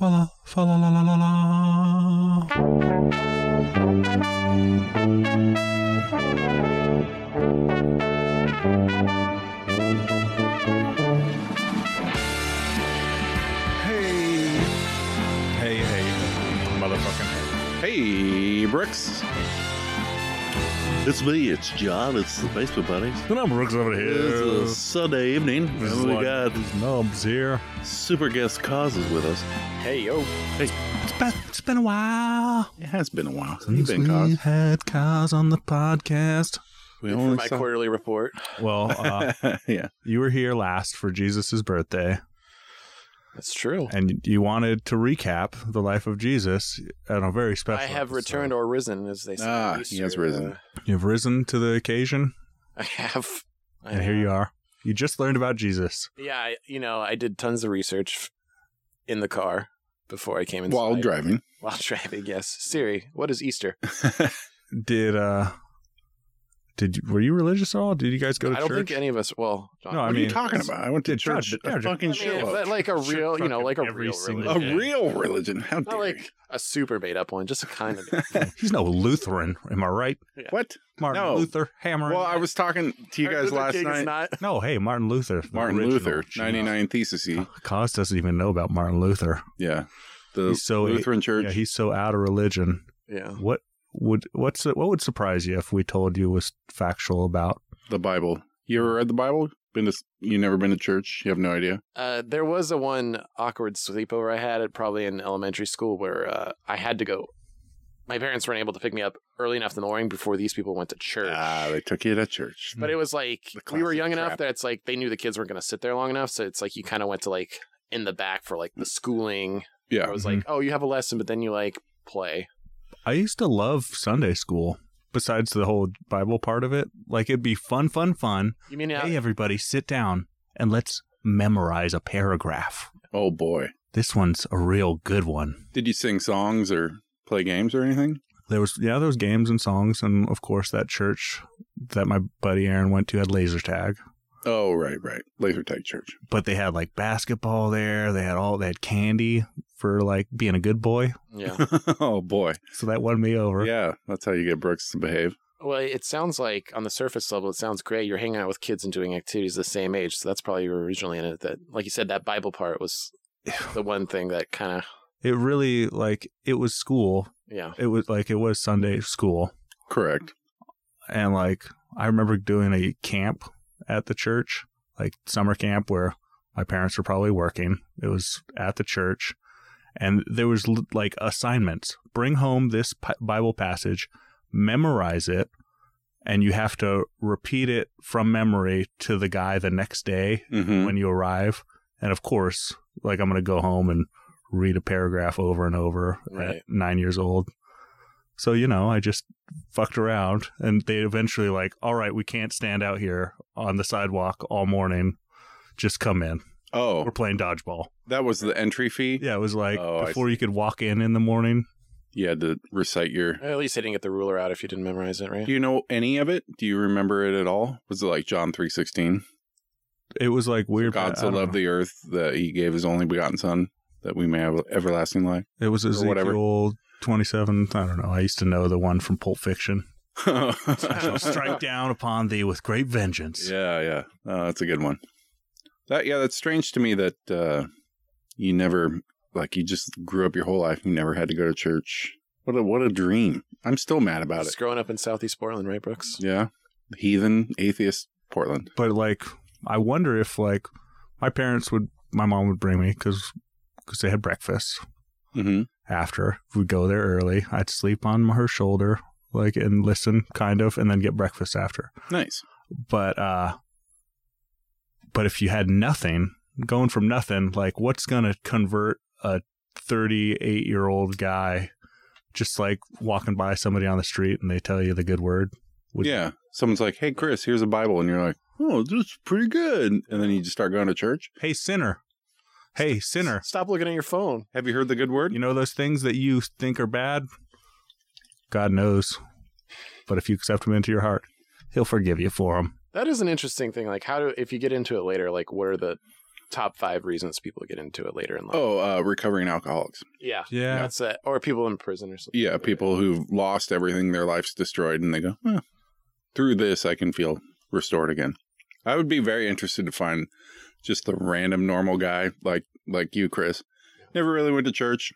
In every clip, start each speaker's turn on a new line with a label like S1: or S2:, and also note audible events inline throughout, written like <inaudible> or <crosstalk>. S1: Fa la fa la la la la la.
S2: Hey. Hey, hey. Motherfucking. Hey, Brooks.
S3: It's me, it's John, it's the Basement Buddies.
S2: And I'm Brooks over
S3: It's
S2: here.
S3: a Sunday evening,
S2: This
S3: and
S2: is
S3: we
S2: like-
S3: got
S2: Nubs here.
S3: super guest causes with us.
S4: Hey yo.
S1: It's been, it's been a while
S2: It has been a while
S1: since
S3: been,
S1: we
S3: Cos?
S1: had Cos on the podcast.
S3: We
S4: For
S3: only
S4: my
S3: saw-
S4: quarterly report.
S2: Well, uh, <laughs>
S3: yeah,
S2: you were here last for Jesus' birthday,
S4: That's true.
S2: and you wanted to recap the life of Jesus on a very special.
S4: I have
S2: episode.
S4: returned or risen, as they say. at
S3: Ah,
S4: Easter.
S3: he has risen.
S4: Uh,
S2: You've risen to the occasion,
S4: <laughs> I have. I
S2: and here you are. You just learned about Jesus.
S4: Yeah, I, you know, I did tons of research f- in the car before I came inside.
S3: while driving.
S4: While <laughs> driving, yes. Siri, what is Easter?
S2: Did uh, did were you religious at all? Did you guys go to
S4: I don't
S2: church?
S4: think any of us. Well, John,
S2: No, I
S3: What are
S2: mean,
S3: you talking about? I went to
S2: it's not-
S3: church.
S2: yeah,
S3: A
S2: I
S3: fucking
S4: I mean,
S3: show.
S4: but like a
S2: Sure,
S4: real, you know,
S2: fucking
S4: like a
S2: every
S4: real
S2: single-
S3: A
S4: religion.
S2: yeah.
S3: real religion. How
S4: Not
S3: dare you.
S4: like a super made up one, just a kind of.
S2: He's no Lutheran, am I right?
S3: What?
S2: Martin
S3: No.
S2: Luther hammering.
S3: Well, I was talking to <laughs> you guys
S4: <laughs> Luther
S3: last
S4: King
S3: night.
S4: Is not,
S2: no, hey, Martin Luther, the
S3: Martin
S2: original
S3: Luther,
S2: Jesus.
S3: 99 thesis
S2: Cos doesn't even know about Martin Luther.
S3: Yeah. The
S2: He's so-
S3: Lutheran Church.
S2: Yeah, he's so out of religion.
S4: yeah.
S2: What would what's what would surprise you if we told you was factual about?
S3: the Bible. You ever read the Bible? Been to, you never been to church? You have no idea.
S4: Uh, there was a one awkward sleepover I had at probably in elementary school where uh, I had to go. My parents weren't able to pick me up early enough in the morning before these people went to church.
S3: Ah, they took you to church.
S4: but it was like
S3: The
S4: we were
S3: classic
S4: young
S3: trap.
S4: enough that it's like they knew the kids weren't going to sit there long enough, so it's like you kind of went to like in the back for like the schooling.
S3: Yeah.
S4: Where it was like, oh, you have a lesson, but then you like play.
S2: I used to love Sunday school. Besides the whole Bible part of it, like it'd be fun, fun, fun.
S4: You mean yeah,
S2: Hey, everybody, sit down and let's memorize a paragraph.
S3: Oh boy.
S2: This one's a real good one.
S3: Did you sing songs or play games or anything?
S2: There was yeah, there was games and songs, and of course that church that my buddy Aaron went to had laser tag.
S3: Oh, right, right. Laser Tag Church.
S2: but they had like basketball there. They had all they had candy for like being a good boy.
S4: yeah.
S3: <laughs> oh boy.
S2: So that won me over.
S3: Yeah, that's how you get Brooks to behave.
S4: Well, it sounds like on the surface level, it sounds great. You're hanging out with kids and doing activities the same age, so that's probably originally in it. That, like you said, that Bible
S3: <sighs>
S4: part was the one thing that kind of
S2: It really like it was school.
S4: yeah.
S2: It was like it was Sunday school,
S3: Correct.
S2: and like I remember doing a camp at the church, like summer camp where my parents were probably working. It was at the church, and there was l- like assignments: bring home this pi- Bible passage, memorize it, and you have to repeat it from memory to the guy the next day
S3: Mm-hmm.
S2: when you arrive. And of course, like I'm going to go home and read a paragraph over and over
S4: Right.
S2: at nine years old. So, you know, I just fucked around and they eventually, like, all right, we can't stand out here on the sidewalk all morning. Just come in. We're
S3: Oh,
S2: playing dodgeball.
S3: that was the entry fee.
S2: Yeah, it was like
S3: Oh, I
S2: before you could walk in in the morning.
S3: You had to recite your.
S4: At least they didn't get the ruler out if you didn't memorize it, right?
S3: Do you know any of it? Do you remember it at all? Was it like John three sixteen?
S2: It was like weird.
S3: God
S2: I
S3: so
S2: don't
S3: loved
S2: know.
S3: the earth that He gave His only begotten Son, that we may have everlasting life. <laughs>
S2: It was
S3: or whatever.
S2: Ezekiel 27. I don't know. I used to know the one from Pulp
S3: <laughs>
S2: Fiction. I shall <laughs> strike down upon thee with great vengeance.
S3: Yeah, yeah, uh, that's a good one. That yeah, that's strange to me that uh, you never like you just grew up your whole life. You never had to go to church. What a what a dream! I'm still mad about it.
S4: Just growing up in Southeast Portland, right, Brooks?
S3: Yeah, heathen atheist Portland.
S2: but like i wonder if like my parents would my mom would bring me because they had breakfast
S3: Mm-hmm.
S2: after we'd go there early i'd sleep on her shoulder like and listen kind of and then get breakfast after
S3: Nice.
S2: but uh but if you had nothing going from nothing like what's gonna convert a 38 year old guy just like walking by somebody on the street and they tell you the good word Would-
S3: yeah, someone's like, "Hey, Chris, here's a Bible," and you're like, "Oh, this is pretty good," and then you just start going to church.
S2: hey sinner hey sinner
S4: Stop looking at your phone.
S3: Have you heard the good word?
S2: You know those things that you think are bad? God knows. But if you accept him into your heart, he'll forgive you for them.
S4: That is an interesting thing. Like, how do if you get into it later? Like, what are the top five reasons people get into it later in life.
S3: Oh, uh, recovering alcoholics.
S4: yeah.
S2: Yeah.
S4: That's it. Or people in prison or something.
S3: Yeah, people who've lost everything, their life's destroyed, and they go, "Huh, through this, I can feel restored again. I would be very interested to find just the random normal guy like like you, Chris. Never really went to church.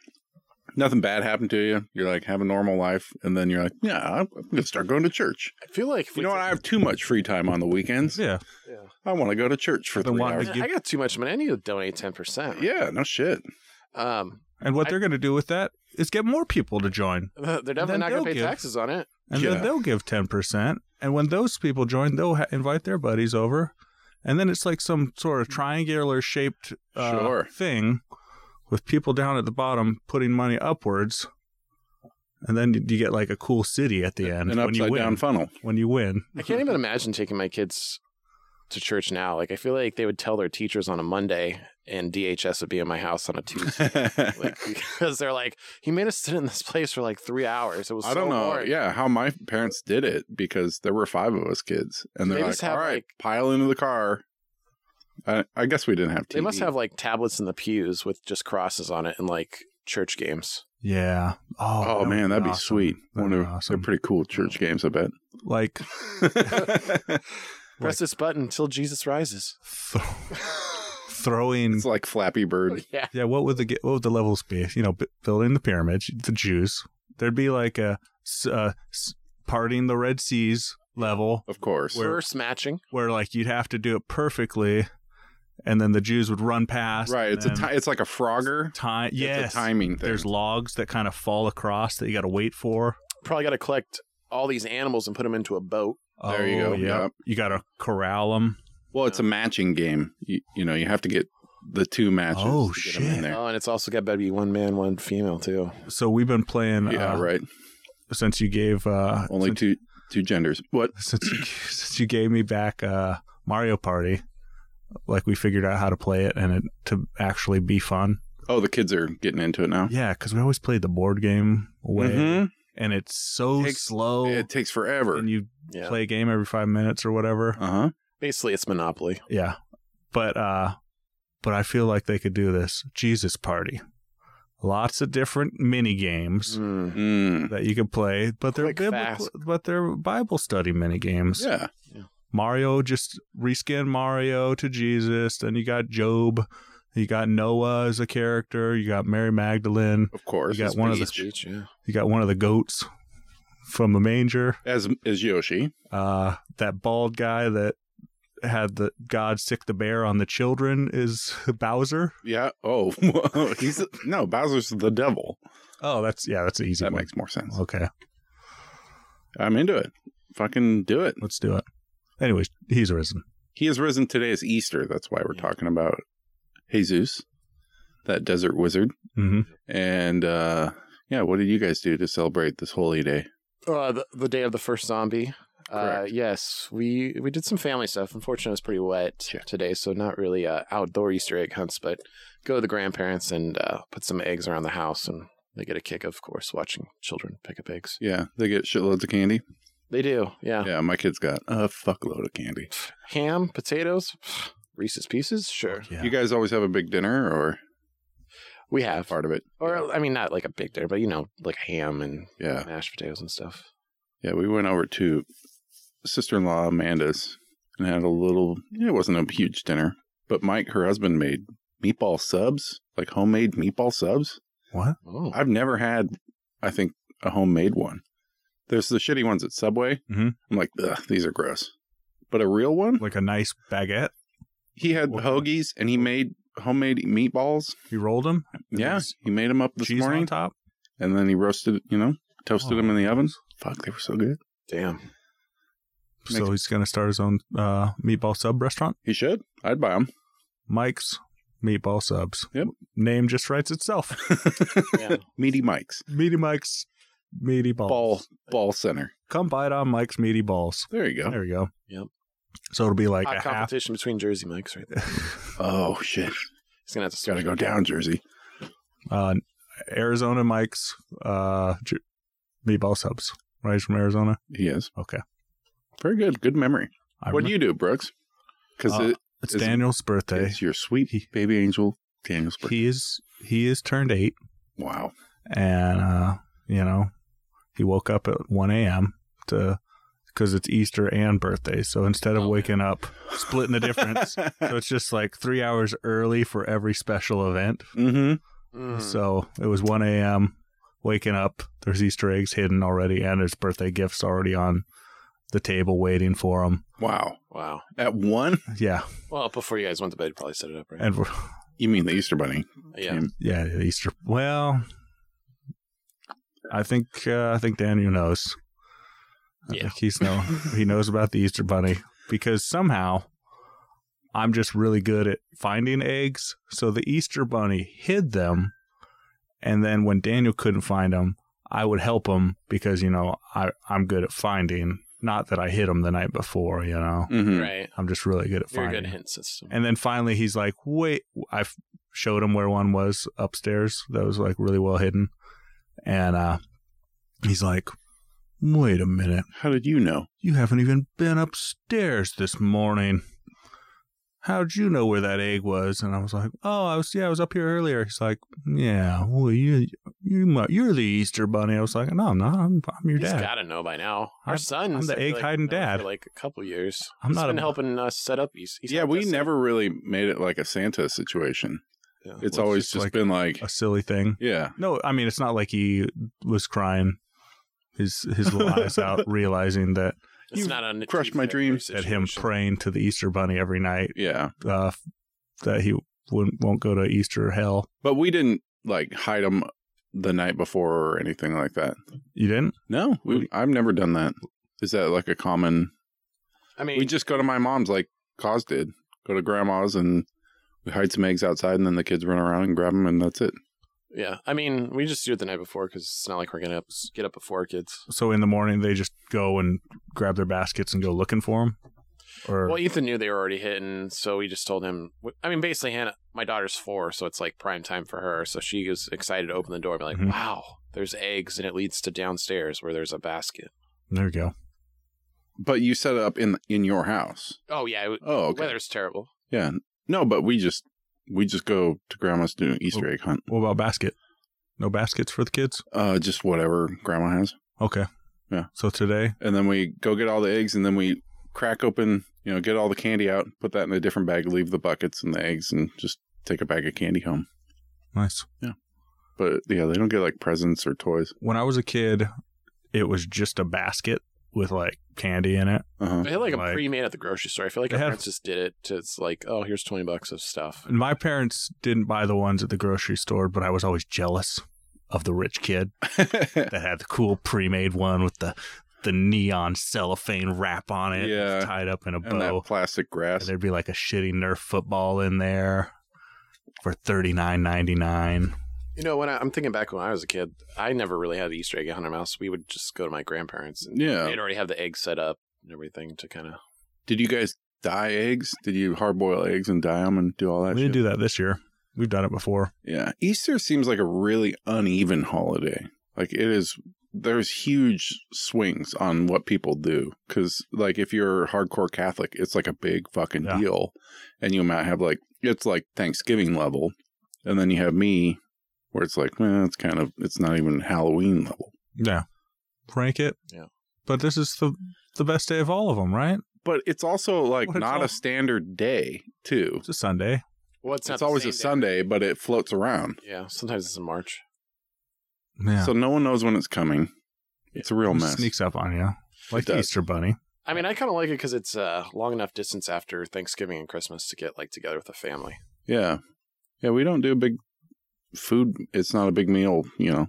S3: Nothing bad happened to you. You're like have a normal life, and then you're like, yeah, I'm I'm gonna start going to church.
S4: I feel like if
S3: You
S4: we
S3: know what?
S4: took-
S3: I have too much free time on the weekends.
S2: Yeah.
S4: yeah.
S3: I want to go to church for
S2: I've been
S3: three
S2: wanting
S3: hours.
S2: to give-
S4: I got too much money. I need to donate ten percent.
S3: Yeah, no shit.
S4: Um, <laughs>
S2: And what
S4: I-
S2: they're going to do with that is get more people to join.
S4: they're definitely not
S2: they'll
S4: going to pay
S2: give-
S4: taxes on it.
S2: And
S3: Yeah.
S2: then they'll give 10%. And when those people join, they'll ha- invite their buddies over. And then it's like some sort of triangular shaped uh,
S3: Sure.
S2: thing with people down at the bottom putting money upwards. And then you get like a cool city at the end when
S3: An
S2: you
S3: upside
S2: win. <laughs>
S3: down funnel.
S2: When you win.
S3: <laughs>
S4: I can't even imagine taking my kids to church now. Like I feel like they would tell their teachers on a Monday, and DHS would be in my house on
S3: <laughs>
S4: a Tuesday. like because they're like he made us sit in this place for like three hours. It was
S3: I
S4: so
S3: don't know.
S4: boring.
S3: Yeah, how my parents did it because there were five of us kids, and they're
S4: They
S3: like,
S4: just have,
S3: "All right,
S4: like-
S3: pile into the car." I, I guess we didn't have TV.
S4: They must have like tablets in the pews with just crosses on it and like church games.
S2: Yeah. Oh,
S3: Oh,
S2: that would
S3: man, that'd be
S2: awesome.
S3: sweet.
S2: That'd
S3: One
S2: be
S3: of
S2: awesome.
S3: they're pretty cool
S4: <laughs>
S3: church games, I
S2: <laughs>
S3: bet.
S2: Like
S4: Press this button until
S3: <laughs>
S4: Jesus rises.
S2: th- throwing.
S3: it's like Flappy Bird.
S4: yeah.
S2: Yeah, what would the ge- what would the levels be? You know, b- building the pyramids, the Jews. There'd be like a s- uh, s- parting the Red Seas level
S3: Of course.
S2: Where-
S4: Verse matching.
S2: where like you'd have to do it perfectly, and then the Jews would run past.
S3: right.
S2: and
S3: It's a
S2: then
S3: ti- it's like a Frogger.
S2: time. Yes,
S3: It's a timing thing.
S2: There's logs that kind of fall across that you got to wait for.
S4: Probably got to collect all these animals and put them into a boat.
S3: There you
S2: Oh,
S3: go,
S2: yeah.
S3: yep.
S2: You got to corral them.
S3: well, it's a matching game. You, you know, you have to get the two matches.
S2: Oh,
S3: to get 'em
S2: shit.
S3: In there.
S4: Oh, and it's also got to be one man, one female too.
S2: So we've been playing.
S3: yeah,
S2: uh, <laughs>
S3: right.
S2: Since you gave uh,
S3: Only two two genders. What?
S2: since you, <laughs> since you gave me back uh, Mario Party, like we figured out how to play it and it to actually be fun.
S3: Oh, the kids are getting into it now.
S2: Yeah, because we always played the board game way,
S4: Mm-hmm.
S3: Mhm.
S2: and it's so
S3: Takes-
S2: slow.
S3: It takes forever.
S2: and you Uh-huh.
S4: Yeah.
S2: play a game every five minutes or whatever.
S3: Uh huh.
S4: Basically, it's Monopoly.
S2: Yeah, but uh, but I feel like they could do this Jesus Party. Lots of different mini games
S4: Mm.
S3: Mm.
S2: that you could play, but they're
S4: Quick,
S2: biblical,
S4: fast.
S2: but they're Bible study mini games.
S3: Yeah.
S2: Mario just reskin Mario to Jesus. Then you got Job. You got Noah as a character. You got Mary Magdalene.
S3: Of course,
S2: You got
S3: it's
S2: one of the-
S3: Peach.
S4: Speech, yeah.
S2: You got one of the goats from the manger.
S3: as as Yoshi.
S2: Uh, that bald guy that had the God sick the bear on the children is Bowser.
S3: Yeah. Oh, <laughs> whoa. he's no Bowser's the devil.
S2: Oh, that's yeah, that's an easy
S3: That
S2: one.
S3: makes more sense.
S2: okay,
S3: I'm into it. Fucking do it.
S2: let's do it. Anyways, he's risen.
S3: He has risen today is Easter. That's why we're talking about Jesus, that desert wizard.
S2: hmm
S3: And uh yeah, what did you guys do to celebrate this holy day?
S4: Uh, the, the day of the first zombie. Uh,
S3: Correct.
S4: yes, we we did some family stuff. Unfortunately, it was pretty wet
S3: Yeah.
S4: today, so not really uh, outdoor Easter egg hunts, but go to the grandparents and uh, put some eggs around the house, and they get a kick, of course, watching children pick up eggs.
S3: Yeah, they get shitloads of candy.
S4: They do, yeah.
S3: Yeah, my kids got a fuckload of candy.
S4: Ham, potatoes, <sighs> Reese's Pieces, sure.
S2: Yeah.
S3: You guys always have a big dinner or
S4: We have,
S3: part of it?
S4: or I mean, not like a big dinner, but you know, like ham and
S3: Yeah.
S4: mashed potatoes and stuff.
S3: Yeah, we went over to sister in law Amanda's and had a little, it wasn't a huge dinner, but Mike, her husband, made meatball subs, like homemade meatball subs.
S2: What?
S4: Oh,
S3: I've never had, I think, a homemade one. There's the shitty ones at Subway.
S2: Mhm.
S3: I'm like, Ugh, these are gross. But a real one,
S2: Like a nice baguette.
S3: he had
S2: What-
S3: hoagies and he made homemade meatballs.
S2: You rolled him.
S3: Yeah,
S2: Cheese-
S3: he made them up this
S2: cheese on
S3: morning
S2: top.
S3: and then he roasted, you know, toasted
S2: Oh.
S3: them in the oven. Fuck, they were so good.
S4: damn.
S3: <laughs>
S2: so he's gonna start his own uh, meatball sub restaurant.
S3: He should. I'd buy them.
S2: Mike's Meatball Subs.
S3: Yep.
S2: Name just writes
S4: <laughs>
S2: itself.
S4: Yeah.
S3: Meaty Mike's.
S2: Meaty Mike's Meaty Balls.
S3: Ball, ball center.
S2: Come bite on Mike's Meaty Balls.
S3: There you go.
S2: There we go.
S4: Yep.
S2: So it'll be like
S4: Hot
S2: a half.
S4: competition between Jersey Mike's right there.
S3: Oh shit,
S4: He's gonna have to
S3: gotta
S4: switch.
S3: go down, Jersey.
S2: <laughs> Uh, Arizona Mike's uh, Ju- Meatball Subs. Right he's from Arizona.
S3: He is
S2: Okay.
S3: very good. Good memory.
S2: I
S3: what do you do, Brooks? Because
S2: Uh, It's
S3: Is it-
S2: Daniel's birthday.
S3: It's your sweet
S2: He-
S3: baby angel, Daniel's birthday.
S2: He is he is turned eight,
S3: wow. <laughs>
S2: and uh, you know he woke up at one a.m. to because it's Easter and birthday. So instead of
S4: Oh, man.
S2: waking up, splitting the
S4: <laughs>
S2: difference. so it's just like three hours early for every special event.
S3: mm-hmm.
S4: Mm.
S2: So it was 1 a.m. waking up. There's Easter eggs hidden already, and his birthday gifts already on the table waiting for him.
S3: Wow.
S4: wow.
S3: At one?
S2: Yeah,
S4: Well, before you guys went to bed, you probably set it up, right?
S2: and we're-
S3: You mean the Easter Bunny?
S4: yeah.
S3: came-
S2: yeah, the Easter. Well, I think uh, I think Daniel knows. I
S4: Yeah.
S2: think he's know
S4: <laughs>
S2: he knows about the Easter bunny because somehow I'm just really good at finding eggs. So the Easter bunny hid them, and then when Daniel couldn't find them, I would help him because you know I I'm good at finding. Not that I hid him the night before, you know.
S3: Mm-hmm.
S4: Right.
S2: I'm just really good at
S4: You're a
S2: finding.
S4: good hint system.
S2: And then finally, he's like, "Wait!" I f- showed him where one was upstairs that was like really well hidden, and uh, he's like, "Wait a minute!
S3: How did you know?
S2: You haven't even been upstairs this morning. How'd you know where that egg was?" And I was like, "Oh, I was yeah, I was up here earlier." He's like, "Yeah, well, you you mu- you're the Easter Bunny." I was like, "No, I'm not. I'm, I'm your
S4: He's
S2: dad.
S4: got to know by now. Our
S2: I'm-
S4: son,
S2: I'm the egg hiding dad.
S4: For like a couple years.
S2: I'm
S4: He's
S2: not
S4: been
S2: a-
S4: helping us set up. He's, he's
S3: yeah,
S4: helped
S3: we
S4: us set
S3: never really made it like a Santa situation.
S4: up- yeah.
S3: It's
S2: Well, it's
S3: always
S2: just
S3: just,
S2: like
S3: been like,
S2: a silly thing."
S3: yeah.
S2: No, I mean it's not like he was crying his his little eyes out, realizing that
S4: It's
S3: You
S4: not a
S3: crushed my dreams
S2: at him praying to the Easter Bunny every night
S3: Yeah.
S2: uh, that he wouldn't won't go to Easter hell.
S3: But we didn't like hide them the night before or anything like that.
S2: You didn't?
S3: No, we, I've never done that. Is that like a common?
S4: I mean,
S3: We just go to my mom's, like Cause did. Go to grandma's and we hide some eggs outside, and then the kids run around and grab them, and that's it.
S4: yeah. I mean, we just do it the night before because it's not like we're gonna get up before kids.
S2: So in the morning they just go and grab their baskets and go looking for him. Or
S4: Well, Ethan knew they were already hitting, so we just told him. I mean, basically, Hannah, my daughter's four, so it's like prime time for her. So she was excited to open the door and be like,
S2: Mhm.
S4: "Wow, there's eggs!" And it leads to downstairs where there's a basket.
S2: there you go.
S3: But you set it up in in your house.
S4: Oh yeah, it,
S3: Oh, okay.
S4: weather's terrible.
S3: Yeah. No, but we just we just go to grandma's to do an
S4: Oh.
S3: Easter egg hunt.
S2: What about basket? No baskets for the kids?
S3: Uh, just whatever grandma has,
S2: Okay.
S3: Yeah.
S2: So today,
S3: and then we go get all the eggs, and then we crack open, you know, get all the candy out, put that in a different bag, leave the buckets and the eggs, and just take a bag of candy home.
S2: nice.
S3: But yeah, they don't get like presents or toys.
S2: When I was a kid, it was just a basket with like candy in it.
S3: Uh-huh. <laughs>
S4: <laughs> They had Uh, like, a
S2: Like-
S4: pre-made at the grocery store. I feel like
S2: They
S4: our
S2: had-
S4: parents just did it. To, it's like, oh, here's twenty bucks of stuff.
S2: And My parents didn't buy the ones at the grocery store, but I was always jealous of the rich kid that had the cool pre-made one with the the neon cellophane wrap on it,
S3: Yeah.
S2: tied up in a
S3: and that
S2: bow.
S3: plastic
S2: Oh. And
S3: grass.
S2: there'd be like a shitty Nerf football in there for thirty nine ninety nine.
S4: You know, when I, I'm thinking back when I was a kid, I never really had the Easter egg at Hunter Mouse. We would just go to my grandparents, and
S3: Yeah.
S4: they'd already have the egg set up and everything to kind of.
S3: Did you guys dye eggs? Did you hard boil eggs and dye them and do all that?
S2: We
S3: shit?
S2: didn't do that this year. We've done it before.
S3: Yeah. Easter seems like a really uneven holiday. Like it is there's huge swings on what people do cuz like if you're hardcore Catholic, it's like a big fucking
S2: Yeah.
S3: deal and you might have like it's like Thanksgiving level and then you have me where it's like, well, it's kind of it's not even Halloween level.
S2: Yeah, rank it.
S4: Yeah.
S2: but this is the the best day of all of them, right?
S3: But it's also like
S2: What it's
S3: not
S2: all-
S3: a standard day, too.
S2: It's a Sunday.
S4: Well,
S3: It's,
S4: not the
S3: always
S4: same
S3: a
S4: day.
S3: Sunday, but it floats around.
S4: Yeah, sometimes it's in March.
S2: Yeah,
S3: So no one knows when it's coming. It's a real
S2: It
S3: mess.
S2: sneaks up on you like the
S3: does.
S2: Easter Bunny.
S4: I mean, I kind of like it because it's uh, long enough distance after Thanksgiving and Christmas to get like together with the family.
S3: Yeah. Yeah, we don't do a big food. It's not a big meal, you know.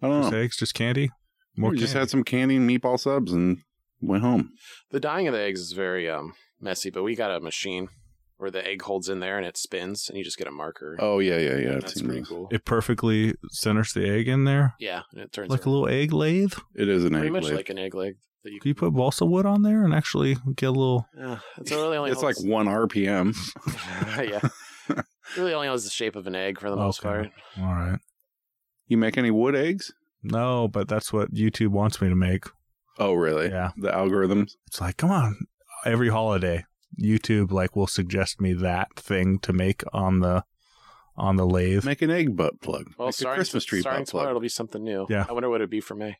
S3: I don't
S2: Just
S3: know.
S2: eggs, just candy.
S3: We
S2: More
S3: just
S2: candy.
S3: had some candy and meatball subs and went home.
S4: The dyeing of the eggs is very um, messy, but we got a machine where the egg holds in there and it spins, and you just get a marker.
S3: Oh, yeah, yeah, yeah. I've
S4: that's
S3: seen
S4: pretty
S3: those.
S4: cool.
S2: it perfectly centers the egg in there,
S4: yeah, and it turns
S2: like a
S4: around.
S2: little egg lathe.
S3: It is an
S4: pretty
S3: egg.
S4: much
S3: lid.
S4: like an egg leg. That you,
S2: Can you put balsa wood on there and actually get a little?
S4: uh, it's really
S3: <laughs>
S4: only
S3: it's like
S4: holds-
S3: one RPM.
S4: <laughs> yeah. Really only has the shape of an egg for the most
S2: Okay.
S4: part.
S2: All right.
S3: You make any wood eggs?
S2: No, but that's what YouTube wants me to make.
S3: Oh, really?
S2: Yeah.
S3: The algorithms?
S2: It's like, come on, every holiday, YouTube like will suggest me that thing to make on the on the lathe.
S3: Make an egg butt plug.
S4: Well,
S3: Make a
S4: starting,
S3: Christmas tree
S4: starting
S3: butt
S4: tomorrow,
S3: plug.
S4: it'll be something new.
S2: Yeah.
S4: I wonder what it'd be for me.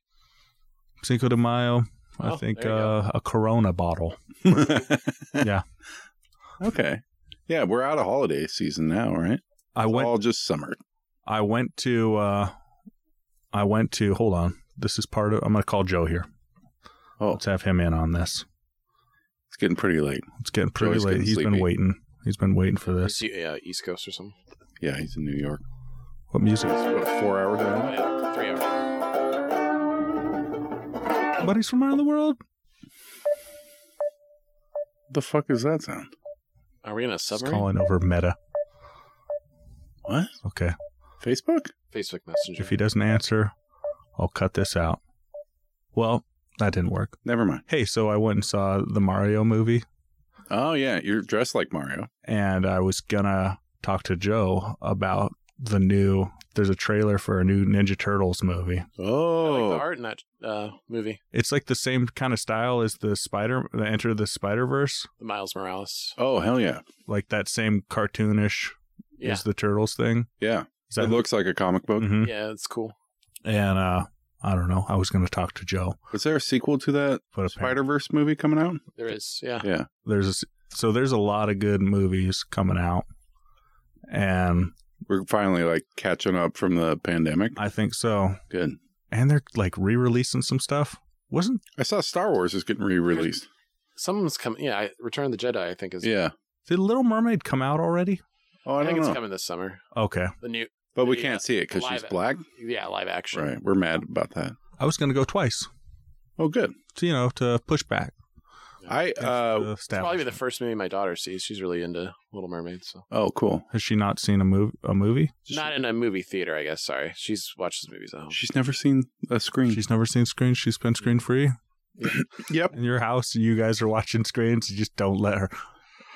S2: Cinco de Mayo. I
S4: Oh,
S2: think
S4: there you go.
S2: uh, a Corona bottle. <laughs> Yeah.
S3: <laughs> Okay. Yeah, we're out of holiday season now, right?
S2: I
S3: It's
S2: went.
S3: all just summer.
S2: I went to. Uh, I went to. Hold on. This is part of. I'm going to call Joe here.
S3: Oh.
S2: Let's have him in on this.
S3: It's getting pretty late.
S2: It's getting pretty
S3: Joey's
S2: late.
S3: getting
S2: He's been
S3: sleepy.
S2: waiting. He's been waiting for this.
S4: Is he, uh, East Coast or something.
S3: Yeah, he's in New York.
S2: What music?
S3: It's what, four hours
S4: Oh,
S3: out?
S4: yeah, three hours.
S2: Buddies from around the world.
S3: The fuck is that sound?
S4: Are we in a
S2: It's
S4: submarine?
S2: calling over Meta.
S3: What?
S2: Okay.
S3: Facebook?
S4: Facebook Messenger.
S2: If he doesn't answer, I'll cut this out. Well, that didn't work.
S3: Never mind.
S2: Hey, so I went and saw the Mario movie,
S3: Oh yeah, you're dressed like Mario.
S2: and I was gonna talk to Joe about the new. There's a trailer for a new Ninja Turtles movie.
S4: I like
S3: Oh,
S4: the art in that uh, movie,
S2: It's like the same kind of style as the Spider, the Enter the Spider Verse,
S4: the Miles Morales.
S3: oh hell yeah,
S2: like that same cartoonish
S4: Yeah,
S2: as the Turtles thing.
S3: yeah.
S2: Is that
S3: it looks like a comic book.
S2: Mhm.
S4: yeah, it's cool.
S2: And uh, I don't know. I was gonna talk to Joe,
S3: Was there a sequel to that
S2: but Mm-hmm. apparently
S3: Spider Verse movie coming out?
S4: There is, yeah.
S3: Yeah.
S2: there's a, s- so there's a lot of good movies coming out, and
S3: We're finally like catching up from the pandemic.
S2: I think so.
S3: Good.
S2: And they're like re-releasing some stuff. Wasn't
S3: I saw Star Wars is getting re released.
S4: Someone's coming. Yeah, I- Return of the Jedi. I think is.
S3: Yeah.
S2: did Little Mermaid come out already?
S3: Oh,
S4: I,
S3: I
S4: think
S3: don't
S4: it's
S3: know.
S4: coming this summer.
S2: Okay,
S4: The new,
S3: But we
S4: Yeah.
S3: can't see it because she's
S4: Live-
S3: black.
S4: yeah, live action.
S3: Right. We're mad about that.
S2: I was gonna go twice.
S3: Oh, good.
S2: To, you know, to push back.
S3: I,
S2: against
S3: uh,
S2: the
S4: It's probably
S2: establishment.
S4: the first movie my daughter sees. She's really into Little Mermaid. So
S3: oh, cool.
S2: Has she not seen a movie? A movie?
S4: not in a movie theater, I guess. Sorry, she's watches movies at home.
S3: She's never seen a screen.
S2: She's never seen screens. She's been screen free
S3: yep.
S2: in your house. You guys are watching screens. You just don't let her.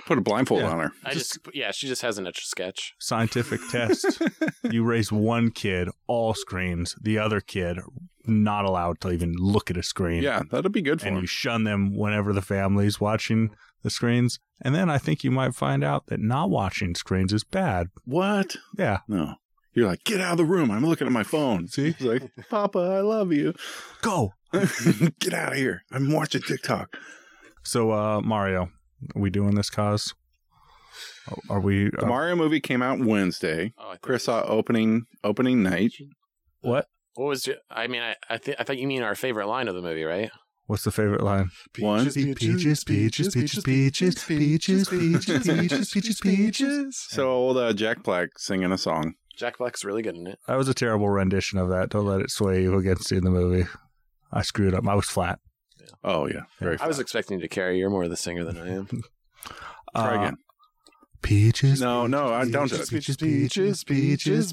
S3: Put a blindfold
S2: Yeah.
S3: on her.
S4: I just, yeah, she just has an extra sketch.
S2: Scientific test. You raise one kid, all screens. The other kid, not allowed to even look at a screen.
S3: Yeah, that'll be good for
S2: and you
S3: him.
S2: shun them whenever the family's watching the screens. And then I think you might find out that not watching screens is bad.
S3: What?
S2: Yeah.
S3: No. You're like, get out of the room. I'm looking at my phone.
S2: See?
S3: He's like, Papa, I love you. <laughs>
S2: Go.
S3: get out of here. I'm watching TikTok.
S2: So, uh, Mario, are we doing this cause? Are we?
S3: The
S2: uh,
S3: Mario movie came out Wednesday.
S4: Oh, I think
S3: Chris uh, saw opening opening night.
S2: what?
S4: What was? Your, I mean, I I, th- I thought you mean our favorite line of the movie, right?
S2: What's the favorite line?
S3: One.
S1: Peaches, peaches, peaches, peaches, peaches, peaches, peaches, peaches, peaches.
S3: So old uh, Jack Black singing a song.
S4: Jack Black's really good in it.
S2: That was a terrible rendition of that. Don't let it sway you against you in the movie. I screwed up. I was flat.
S3: Oh yeah, very.
S4: I was expecting you to carry. You're more of the singer than I am.
S3: Try
S2: Uh,
S3: again.
S1: Peaches.
S3: No, no, I don't. do it.
S1: Peaches, peaches, peaches, peaches,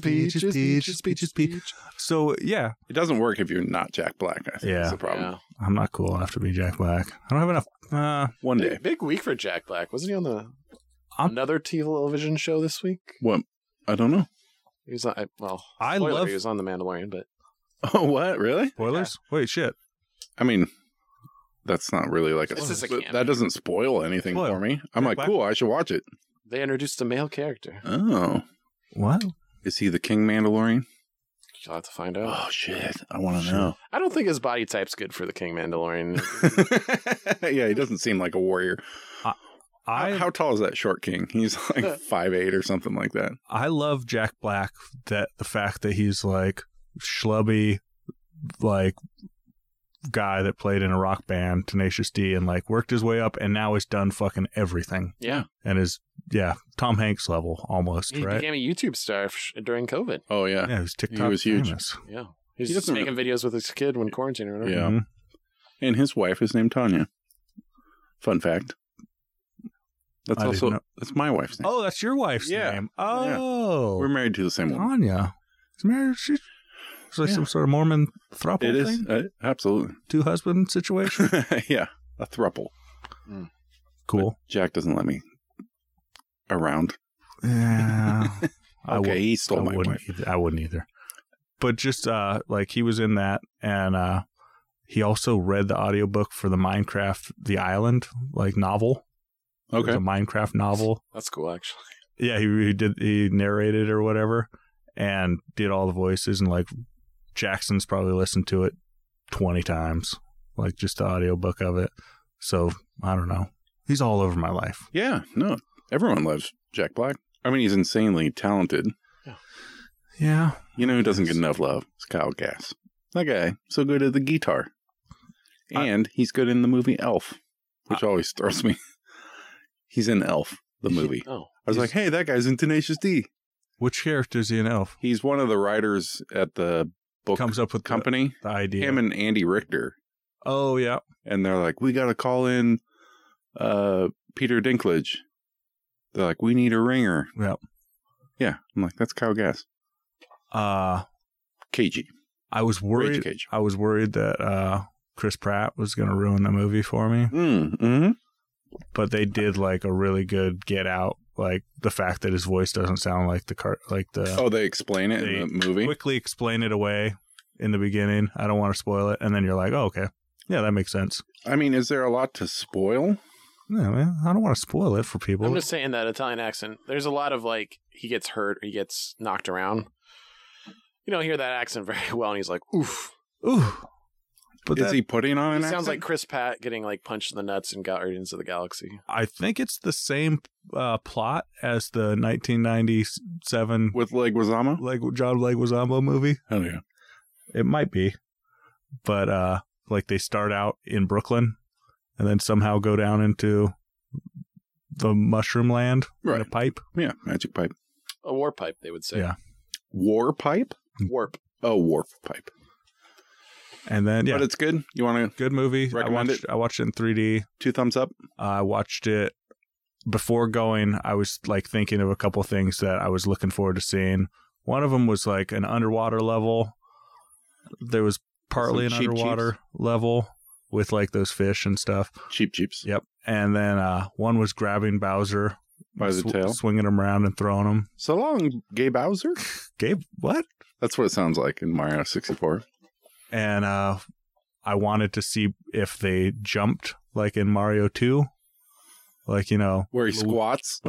S1: peaches, peaches, peaches.
S2: So yeah,
S3: It doesn't work if you're not Jack Black. I think
S2: Yeah.
S3: that's the problem.
S4: Yeah.
S2: I'm not cool enough to be Jack Black. I don't have enough. Uh,
S3: One day,
S4: Big, big week for Jack Black. Wasn't he on the
S2: I'm-
S4: another television show this week?
S3: what? I don't know. <laughs>
S4: He was on. I, well,
S2: I
S4: spoiler,
S2: love-
S4: He was on The Mandalorian, but
S3: Oh, what? Really?
S2: spoilers. Wait, shit.
S3: I mean, that's not really like a.
S4: This is a
S3: but
S4: cameo.
S3: that doesn't spoil anything
S2: Spoil.
S3: for me.
S2: Jack
S3: I'm like,
S2: Black?
S3: cool. I should watch it.
S4: they introduced a male character.
S3: Oh,
S2: What?
S3: is he the King Mandalorian?
S4: You'll have to find out.
S3: Oh shit! I want to
S2: Shit.
S3: know.
S4: I don't think his body type's good for the King Mandalorian.
S3: <laughs> yeah, he doesn't seem like a warrior.
S2: I
S3: how, how tall is that short king? He's <laughs>
S4: <laughs>
S3: like five eight or something like that.
S2: I love Jack Black that the fact that he's like schlubby, like guy that played in a rock band, Tenacious D, and like worked his way up, and now is done fucking everything,
S4: yeah,
S2: and is yeah Tom Hanks level almost,
S4: he
S2: right?
S4: became a YouTube star f- during COVID.
S3: Oh yeah.
S2: yeah, he's TikTok
S3: was huge.
S2: famous.
S4: Yeah, he's
S3: He
S4: just
S3: doesn't
S4: making videos with his kid when quarantine or whatever.
S3: Yeah.
S2: Mhm.
S3: and his wife is named Tanya. Fun fact. That's
S2: I didn't
S3: also
S2: know.
S3: that's my wife's name.
S2: Oh, that's your wife's
S3: Yeah.
S2: name. Oh,
S3: We're married to the same woman.
S2: Tanya. She's married. She's, she's like
S3: Yeah.
S2: some sort of Mormon throuple
S3: It is
S2: thing,
S3: uh, absolutely.
S2: two husband situation.
S3: <laughs> yeah, a thruple.
S2: cool.
S3: Jack doesn't let me around. <laughs>
S2: Yeah. I
S3: okay,
S2: will-
S3: he stole
S2: I
S3: my
S2: wouldn't
S3: wife.
S2: Either. I wouldn't either. But just uh, like he was in that, and uh, he also read the audiobook for the Minecraft The Island like novel. It was
S3: Okay.
S2: a Minecraft novel.
S4: That's cool, actually.
S2: yeah he, he did he narrated or whatever and did all the voices and like jackson's probably listened to it 20 times like just the audiobook of it so i don't know he's all over my life
S3: Yeah. No, everyone loves Jack Black. I mean, he's insanely talented.
S2: yeah
S3: You know who doesn't get enough love? It's Kyle Gass. That guy, so good at the guitar.
S2: I-
S3: And he's good in the movie Elf, which always throws me. <laughs> he's in Elf, the movie.
S4: <laughs> Oh,
S3: I was
S2: he's-
S3: like, hey, that guy's in Tenacious D.
S2: which character is he an elf
S3: He's one of the writers at the book
S2: comes up with the-
S3: company,
S2: the, idea
S3: him and Andy Richter.
S2: oh yeah
S3: And they're like, we got to call in uh, Peter Dinklage. They're like, we need a ringer.
S2: Yep.
S3: Yeah. I'm like, that's Kyle Gass.
S2: uh
S3: KG.
S2: i was
S3: Rage
S2: worried
S3: Cage.
S2: i was worried that uh chris pratt was gonna ruin the movie for me
S3: Mm, hmm
S2: but
S3: <laughs>
S2: they did like a really good get out like the fact that his voice doesn't sound like the car like the
S3: Oh, they explain it in the movie?
S2: quickly explain it away in the beginning. I don't want to spoil it, and then you're like, "Oh, okay, yeah, that makes sense."
S3: I mean, is there a lot to spoil?
S2: Yeah, man, I don't want to spoil it for people.
S4: I'm just saying that Italian accent. There's a lot of like he gets hurt, or he gets knocked around. You don't hear that accent <laughs> very well, and he's like, "Oof."
S2: Ooh, but
S3: is
S2: that,
S3: he putting on
S4: He
S3: an
S4: sounds like
S3: accent?
S4: Chris Pat getting like punched in the nuts in Guardians of the Galaxy.
S2: I think it's the same uh, plot as the 1997
S3: with Leguizamo.
S2: like John Leguizamo movie.
S3: Oh yeah,
S2: It might be, but uh, like they start out in Brooklyn, and then somehow go down into the mushroom land in a
S3: Right.
S2: pipe.
S3: yeah, magic pipe,
S4: A warp pipe, they would say.
S2: Yeah.
S3: war pipe,
S2: Hmm.
S4: Warp.
S3: oh warp pipe.
S2: And then yeah,
S3: But it's good. You want to
S2: good movie. I
S3: Recommend
S2: watched, I watched it in 3D.
S3: two thumbs up?
S2: I watched it before going. I was like thinking of a couple things that I was looking forward to seeing. One of them was like an underwater level. There was partly
S3: Some
S2: an
S3: cheap
S2: underwater level with like those fish and stuff.
S3: Cheap cheeps
S2: Yep. And then uh, one was grabbing Bowser
S3: by the
S2: sw-
S3: tail.
S2: swinging him around and throwing him.
S3: So long, Gay Bowser.
S2: Gabe, what?
S3: That's what it sounds like in Mario sixty four.
S2: And uh, I wanted to see if they jumped like in Mario Two, like you know
S3: Where he
S2: Lu-
S3: squats.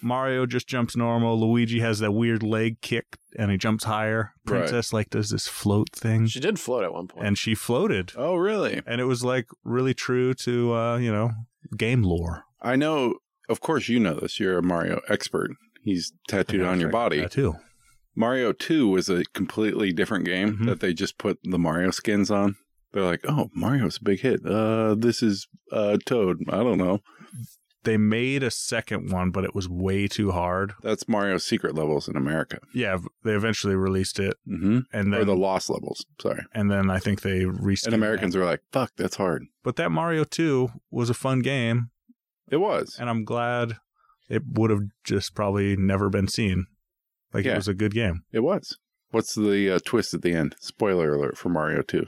S2: Mario just jumps normal. Luigi has that weird leg kick and he jumps higher.
S3: Right.
S2: Princess like does this float thing
S4: She did float at one point.
S2: and she floated.
S3: Oh really?
S2: And it was like really true to uh, you know, game lore.
S3: I know. Of course, you know this. You're a Mario expert. He's tattooed
S2: Yeah,
S3: on your
S2: it's like
S3: body.
S2: that too.
S3: Mario Two was a completely different game
S2: Mhm.
S3: that they just put the Mario skins on. They're like, oh, Mario's a big hit. Uh, this is uh Toad. I don't know.
S2: They made a second one, but it was way too hard.
S3: That's Mario's secret levels in America.
S2: Yeah, v- they eventually released it
S3: Mm-hmm.
S2: and
S3: or
S2: then
S3: the lost levels. Sorry.
S2: and then I think they
S3: And
S2: restarted.
S3: Americans were like, fuck, that's hard.
S2: But that Mario 2 was a fun game
S3: It was.
S2: and I'm glad it would have just probably never been seen. Like
S3: Yeah.
S2: it was a good game.
S3: It was. What's the uh, twist at the end? Spoiler alert for Mario 2.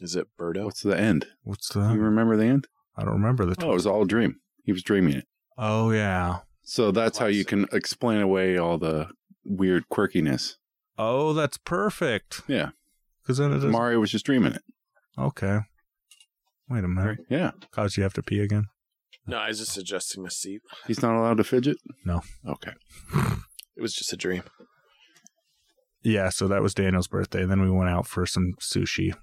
S4: Is it Birdo?
S3: What's the end?
S2: What's
S3: You
S2: the
S3: remember the end?
S2: I don't remember the
S3: Oh, it was all a dream. He was dreaming it.
S2: Oh yeah.
S3: So that's how you can explain away all the weird quirkiness.
S2: Oh, that's perfect.
S3: Yeah.
S2: Because then it is
S3: Mario was just dreaming it.
S2: okay. Wait a minute.
S3: Yeah.
S2: Cause you have to pee again.
S4: No, I was just adjusting my seat.
S3: He's not allowed to fidget?
S2: No.
S3: Okay.
S4: It was just a dream.
S2: Yeah. So that was Daniel's birthday. Then we went out for some sushi.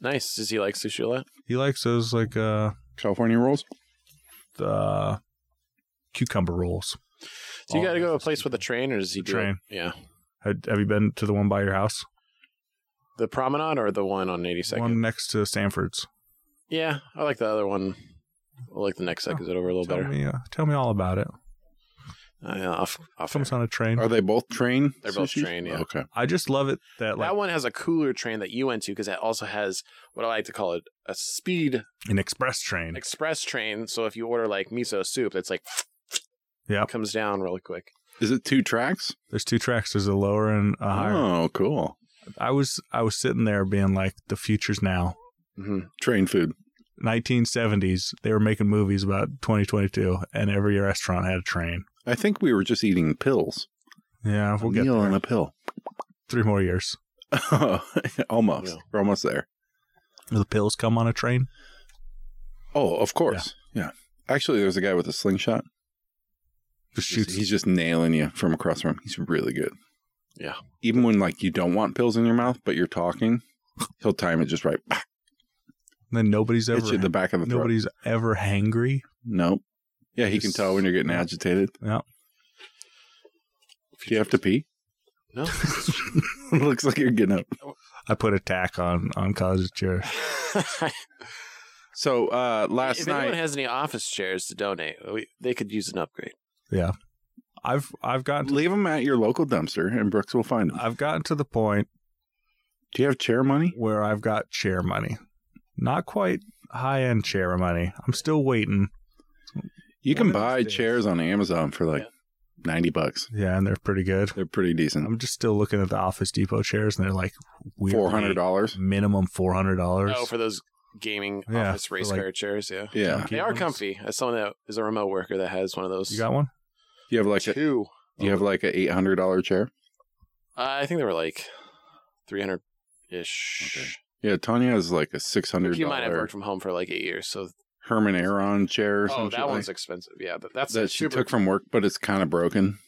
S4: Nice. Does he like sushi a lot?
S2: He likes those like uh
S3: California rolls?
S2: the cucumber rolls.
S4: Do you
S2: Oh,
S4: got to go to a
S2: that's
S4: place with a train, or does he do it-
S2: Train.
S4: Yeah,
S2: Had- Have you been to the one by your house?
S4: the promenade or the one on 82nd.
S2: One next to Sanford's.
S4: Yeah, I like the other one. I like the next second over a little
S2: Oh, Tell
S4: better.
S2: me, uh, tell me all about it.
S4: Uh, yeah, off, off air.
S2: Comes on a train.
S3: Are they both train?
S4: They're both
S3: sushis?
S4: train, yeah.
S3: Okay.
S2: I just love it that like
S4: that one has a cooler train that you went to because that also has what I like to call it a speed
S2: an express train.
S4: express train. So if you order like miso soup, it's like
S2: Yep.
S4: comes down really quick.
S3: Is it two tracks?
S2: There's two tracks. There's a lower and a higher.
S3: Oh, cool.
S2: I was I was sitting there being like, the future's now.
S4: hmm
S2: <laughs>
S4: <laughs>
S3: Train food.
S2: 1970s, they were making movies about 2022, and every restaurant had a train.
S3: I think we were just eating pills.
S2: Yeah, we'll get
S3: Neil
S2: there.
S3: on a pill. <laughs>
S2: three more years.
S3: almost.
S4: Yeah.
S3: We're almost there.
S2: Will The pills come on a train.
S3: Oh, of course. Yeah. Actually, there's a guy with a slingshot.
S2: Just
S3: Shoots.
S2: shoots.
S3: He's just nailing you from across the room. He's really good.
S4: Yeah.
S3: Even when like you don't want pills in your mouth, but you're talking, he'll time it just right. <laughs>
S2: and then nobody's
S3: Hit
S2: ever
S3: you in the back of the throat.
S2: nobody's ever hangry. <laughs>
S3: Nope. Yeah, he can
S2: Just-
S3: tell when you're getting agitated. Do you have to pee? <laughs>
S4: No.
S3: Looks like you're getting up.
S2: I put a tack on on college chair.
S3: So uh last
S4: if
S3: night,
S4: anyone has any office chairs to donate, we, they could use an upgrade.
S2: I've I've gotten
S3: leave them at your local dumpster, and Brooks will find them.
S2: I've gotten to the point
S3: Do you have chair money?
S2: where I've got chair money. Not quite high end chair money. I'm still waiting.
S3: You
S2: One
S3: can
S2: of these
S3: buy
S2: days.
S3: chairs on Amazon for like
S4: Yeah.
S3: ninety bucks.
S2: Yeah, and they're pretty good.
S3: They're pretty decent.
S2: I'm just still looking at the Office Depot chairs, and they're like weirdly
S3: Four hundred dollars.
S2: minimum four hundred dollars.
S4: Oh, for those gaming
S2: Yeah,
S4: office
S2: for
S4: race
S2: like-
S4: car chairs, yeah.
S3: Yeah,
S4: They are comfy. As someone that is a remote worker that has one of those.
S2: You got one?
S3: you have like a,
S4: two.
S3: you have like a eight hundred dollar chair.
S4: Uh, I think they were like 300 ish.
S3: Yeah, Tanya has like a six
S4: I think
S3: hundred
S4: You might have
S3: dollar
S4: worked from home for like eight years. So,
S3: Herman Aaron chair. Or
S4: oh,
S3: some
S4: that
S3: shit like-
S4: one's expensive. Yeah, but that's
S3: that she
S4: super,
S3: took from work, but it's kind of broken.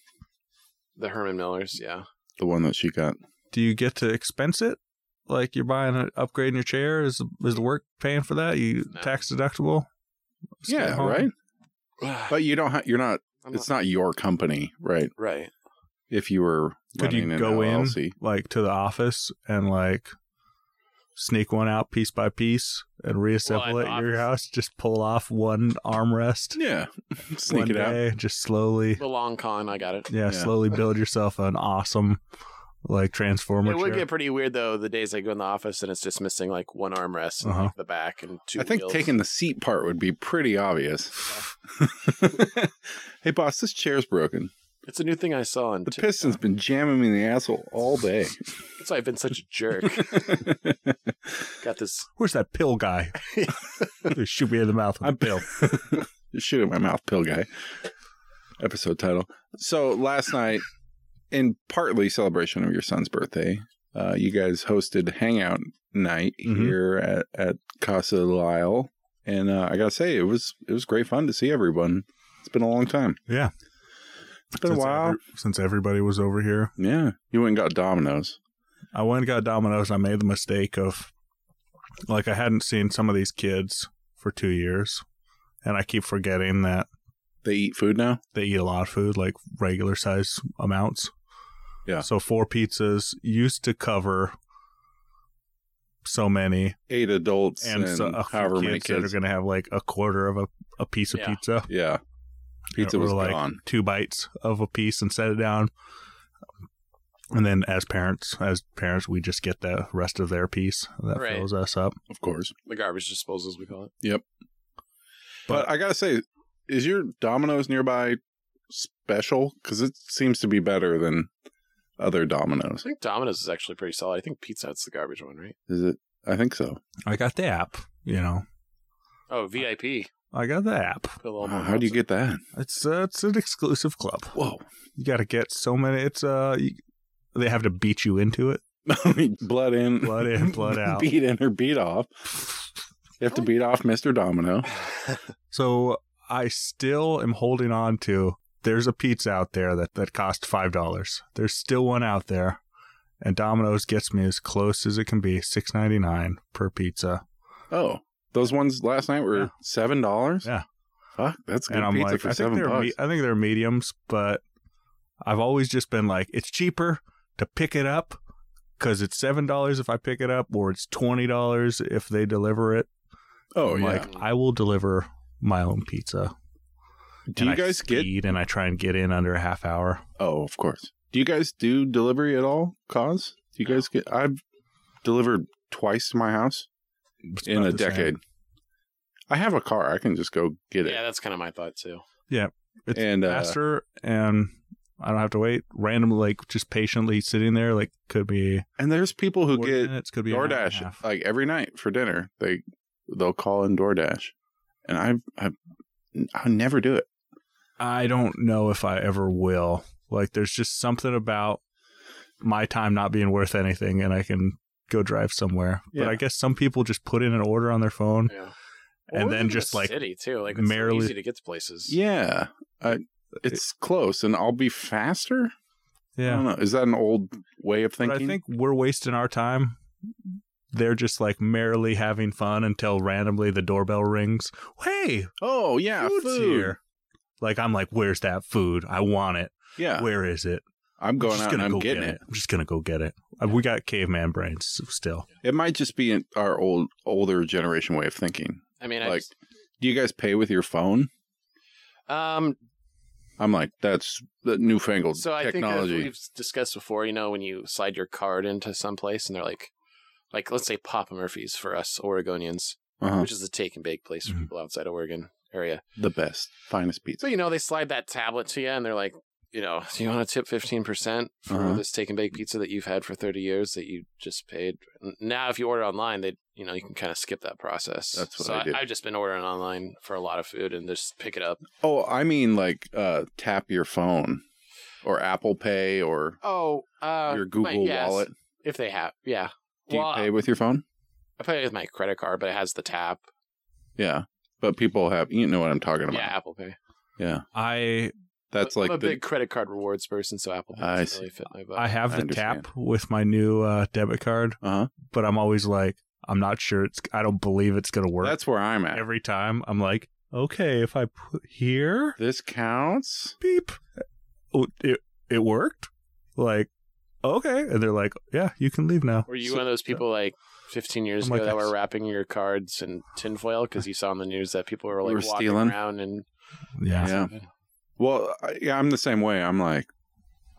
S4: the Herman Millers. Yeah. <sighs>
S3: The one that she got.
S2: Do you get to expense it? Like you're buying an upgrading your chair? Is is the work paying for that? You
S4: No.
S2: tax deductible? Stay
S3: yeah,
S2: home?
S3: right.
S4: But
S3: But you don't. Ha- you're not.
S4: I'm
S3: It's not your company, right?
S4: right.
S3: If you were
S2: Could you
S3: running an
S2: go in?
S3: LLC.
S2: Like to the office and like sneak one out piece by piece and reassemble
S4: Well,
S2: it
S4: at
S2: at
S4: the
S2: your
S4: office.
S2: house? Just pull off one armrest.
S3: Yeah, <laughs> sneak
S2: one
S3: it out.
S2: day, just slowly.
S4: The long con. I got it.
S2: yeah,
S3: Yeah.
S2: slowly build yourself an awesome like transformer
S4: It would
S2: chair.
S4: get pretty weird though the days I go in the office and it's just missing like one armrest and
S2: Uh-huh.
S4: like, the back and two.
S3: I think
S4: wheels.
S3: taking the seat part would be pretty obvious. <laughs> hey, boss, this chair's broken.
S4: it's a new thing I saw on
S3: The
S4: TikTok.
S3: piston's been jamming me in the asshole all
S4: <laughs>
S3: day.
S4: That's why I've been such a jerk.
S3: <laughs>
S4: got this.
S2: Where's that pill
S3: <laughs>
S2: guy? They Shoot me in the mouth with
S3: I'm
S2: a
S3: <laughs>
S2: pill.
S3: Shoot in my mouth, pill guy. Episode title. So last night, in partly celebration of your son's birthday, uh, you guys hosted hangout night
S2: Mhm.
S3: here at, at Casa Lyle, and uh, I gotta say it was it was great fun to see everyone. It's been a long time.
S2: Yeah.
S3: it's been a while.
S2: every- since everybody was over here.
S3: yeah, you went and got Domino's.
S2: I went and got Domino's. And I made the mistake of, like, I hadn't seen some of these kids for two years, and I keep forgetting that
S3: They eat food now.
S2: they eat a lot of food, like regular size amounts.
S3: Yeah.
S2: So four pizzas used to cover so many,
S3: eight adults and,
S2: and, so, a few
S3: however
S2: kids,
S3: many
S2: that are
S3: kids.
S2: going to have like a quarter of a, a piece of
S4: Yeah.
S2: pizza.
S3: yeah, pizza
S2: Or,
S3: was
S2: like
S3: gone.
S2: two bites of a piece and set it down. And then, as parents, as parents, we just get the rest of their piece that
S4: Right.
S2: fills us up.
S3: Of course,
S4: The garbage disposals we call it.
S3: but, I gotta say, is your Domino's nearby special? Because it seems to be better than other
S4: I
S3: Domino's.
S4: think Domino's is actually pretty solid. I think Pizza Hut's the garbage one, right?
S3: Is it? I think so.
S2: I got the app. You know,
S4: Oh, VIP.
S2: I got the app.
S4: Put a
S3: Wow,
S4: little more
S3: how do you
S4: miles
S3: get that?
S2: It's uh, it's an exclusive club.
S3: Whoa, <laughs>
S2: You got to get so many. It's uh, you, they have to beat you into it.
S3: blood in,
S2: Blood in,
S3: <laughs>
S2: blood out.
S3: beat in or beat off. You have to beat off Mr. Domino.
S4: in.
S2: So I still am holding on to. There's a pizza out there that that cost five dollars. There's still one out there, and Domino's gets me as close as it can be. Six ninety nine per pizza,
S3: Oh, those ones last night were
S2: Yeah.
S3: seven dollars.
S2: Yeah.
S3: fuck, that's good
S2: and I'm
S3: pizza
S2: like,
S3: for
S2: I think
S3: seven
S2: they're
S3: bucks.
S2: me- I think they're mediums, but I've always just been like, it's cheaper to pick it up because it's seven dollars if I pick it up, or it's twenty dollars if they deliver it.
S3: <laughs> oh
S2: I'm
S3: yeah.
S2: Like I will deliver my own pizza.
S3: do you guys get
S2: get and I try and get in under a half hour?
S3: Oh, of course. Do you guys do delivery at all? Cause do you guys get? I've delivered twice to my house
S2: It's
S3: in
S2: about
S3: a
S2: the same.
S3: decade. I have a car. I can just go get it.
S4: yeah, that's kind of my thought
S2: <laughs>
S4: too.
S2: it's
S3: and uh,
S2: faster and I don't have to wait. Randomly, like just patiently sitting there, like could be
S3: and there's people who
S2: 40
S3: get
S2: minutes, could be an hour and a half.
S3: DoorDash like every night for dinner. They they'll call in DoorDash, and I I I never do it.
S2: I don't know if I ever will. Like, there's just something about my time not being worth anything, and I can go drive somewhere.
S3: Yeah.
S2: But I guess some people just put in an order on their phone,
S4: Yeah.
S2: And
S4: Or
S2: then
S4: even
S2: just,
S4: the
S2: like,
S4: city too, like it's so
S2: merely-
S4: easy to get to places.
S3: Yeah, I, it's close, and I'll be faster. I
S2: Yeah.
S3: don't know. Is that an old way of
S2: But I
S3: thinking?
S2: think we're wasting our time. They're just like merrily having fun until randomly the doorbell rings. Hey,
S3: Oh yeah,
S2: food's
S3: food.
S2: here. Like I'm like, where's that food? I want it.
S3: Yeah,
S2: Where is it?
S3: I'm
S2: I'm
S3: Uh, going
S2: just
S3: out and
S2: gonna
S3: I'm
S2: go
S3: getting
S2: get
S3: it.
S2: I'm just gonna go get it. Uh, We got caveman brains still.
S3: it. might just be an- our old older generation way of thinking.
S4: I mean, I
S3: Like-
S4: just,
S3: Do you guys pay with your phone?
S4: um,
S3: I'm like, that's the newfangled
S4: so I think as
S3: technology.
S4: we've discussed before, you know, when you slide your card into some place and they're like, like let's say Papa Murphy's for us Oregonians,
S3: Uh-huh.
S4: which is a take and bake place for
S2: Mhm.
S4: people outside Oregon area.
S3: The best, finest pizza.
S4: So you know, they slide that tablet to you and they're like, you know, do you want to tip fifteen percent for
S3: Uh-huh.
S4: this take and bake pizza that you've had for thirty years that you just paid? N- Now, if you order online, they you know you can kind of skip that process.
S3: That's what
S4: so
S3: I did.
S4: I've just been ordering online for a lot of food and just pick it up.
S3: Oh, I mean like uh tap your phone or Apple Pay or
S4: Oh, uh,
S3: your
S4: my-
S3: Google
S4: yes,
S3: Wallet.
S4: if they have, yeah.
S3: Do
S4: Well, uh,
S3: you pay with your phone?
S4: I pay with my credit card, but it has the tap.
S3: Yeah. But people have you know what I'm talking about.
S4: Yeah, Apple Pay.
S2: I
S3: That's
S4: I'm
S3: like
S4: a
S3: the
S4: big credit card rewards person, so Apple Pay
S3: I
S4: doesn't
S3: see.
S4: really fit my
S2: I
S4: budget.
S2: have
S3: I
S2: the
S3: understand.
S2: tap with my new uh, debit card,
S3: uh-huh.
S2: but I'm always like, I'm not sure it's. I don't believe it's gonna work.
S3: That's where I'm at.
S2: every time. I'm like, okay, if I put here,
S3: this counts?
S2: beep, Oh, it it worked. Like, okay, and they're like, yeah, you can leave now.
S4: Were you
S2: So-
S4: one of those people like 15 years
S2: I'm
S4: ago
S2: like,
S4: that were
S2: that's-
S4: wrapping your cards in tinfoil because you saw on the news that people were
S3: We
S4: like
S3: were
S4: walking
S3: stealing.
S4: around and
S2: Yeah.
S3: Yeah. Well, I, yeah, I'm the same way. I'm like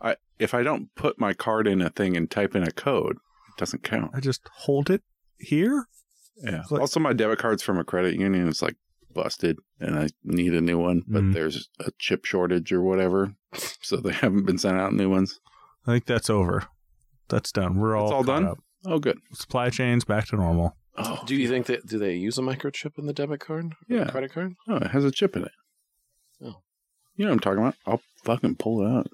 S3: I if I don't put my card in a thing and type in a code, it doesn't count.
S2: I just hold it here.
S3: Yeah.
S2: Like-
S3: also my debit card's from a credit union. It's like busted and I need a new one, but
S2: Mm.
S3: there's a chip shortage or whatever. <laughs> So they haven't been sent out new ones.
S2: I think that's over. That's done. We're all
S3: It's all
S2: caught
S3: done?
S2: up.
S3: Oh good.
S2: Supply chains back to normal.
S3: Oh,
S4: Do you think that do they use a microchip in the debit card? Or
S3: Yeah.
S4: credit card.
S3: No, it has a chip in it.
S4: Oh.
S3: You know what I'm talking about. I'll fucking pull it out.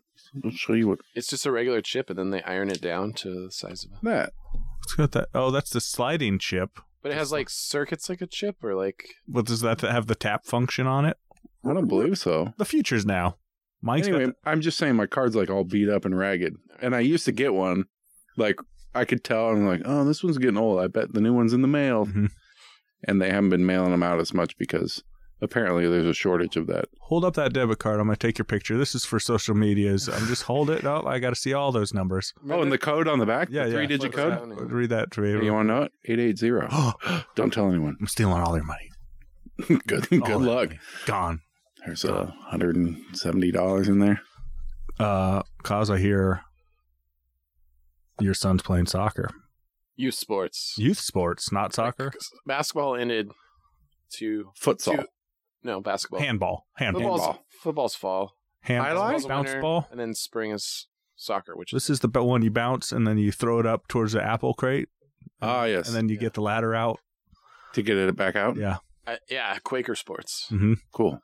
S3: I'll show you what
S4: It's just a regular chip, and then they iron it down to the size of it.
S3: that.
S2: It's got that. Oh, that's the sliding chip.
S4: But it has like circuits like a chip, or like
S2: But does that have the tap function on it?
S3: I don't believe so.
S2: The future's now. Mine's got
S3: Anyway,
S2: the-
S3: I'm just saying my card's like all beat up and ragged. And I used to get one. Like I could tell I'm like, oh, this one's getting old. I bet the new one's in the mail.
S2: Mhm.
S3: And they haven't been mailing them out as much because apparently there's a shortage of that.
S2: hold up that debit card. I'm gonna take your picture. This is for social medias. I'm just hold it up. I got to see all those numbers.
S3: Oh, and the code on the back?
S2: Yeah,
S3: the
S2: yeah.
S3: three digit
S4: Flip it
S3: code?
S4: out. code?
S2: Read that to me.
S3: You want to know it?
S2: <gasps>
S3: 880. <gasps> Don't tell anyone. <laughs>
S2: I'm stealing all their money.
S3: good good
S2: All that
S3: luck.
S2: money. Gone.
S3: There's a hundred and seventy dollars in there.
S2: Uh, cause I hear your son's playing soccer,
S4: youth sports,
S2: youth sports, not soccer,
S4: basketball ended to
S3: Futsal.
S4: Two- no basketball.
S2: handball, handball,
S4: Football's,
S3: handball.
S4: football's fall.
S2: handball,
S4: Basketball's
S2: bounce
S4: winter,
S2: ball.
S4: And then spring is soccer, which is
S2: This is the be- one you bounce and then you throw it up towards the apple crate.
S3: Ah, yes.
S2: And then you
S4: Yeah.
S2: get the ladder out.
S3: to get it back out.
S2: Yeah.
S4: uh, yeah Quaker sports.
S3: Cool.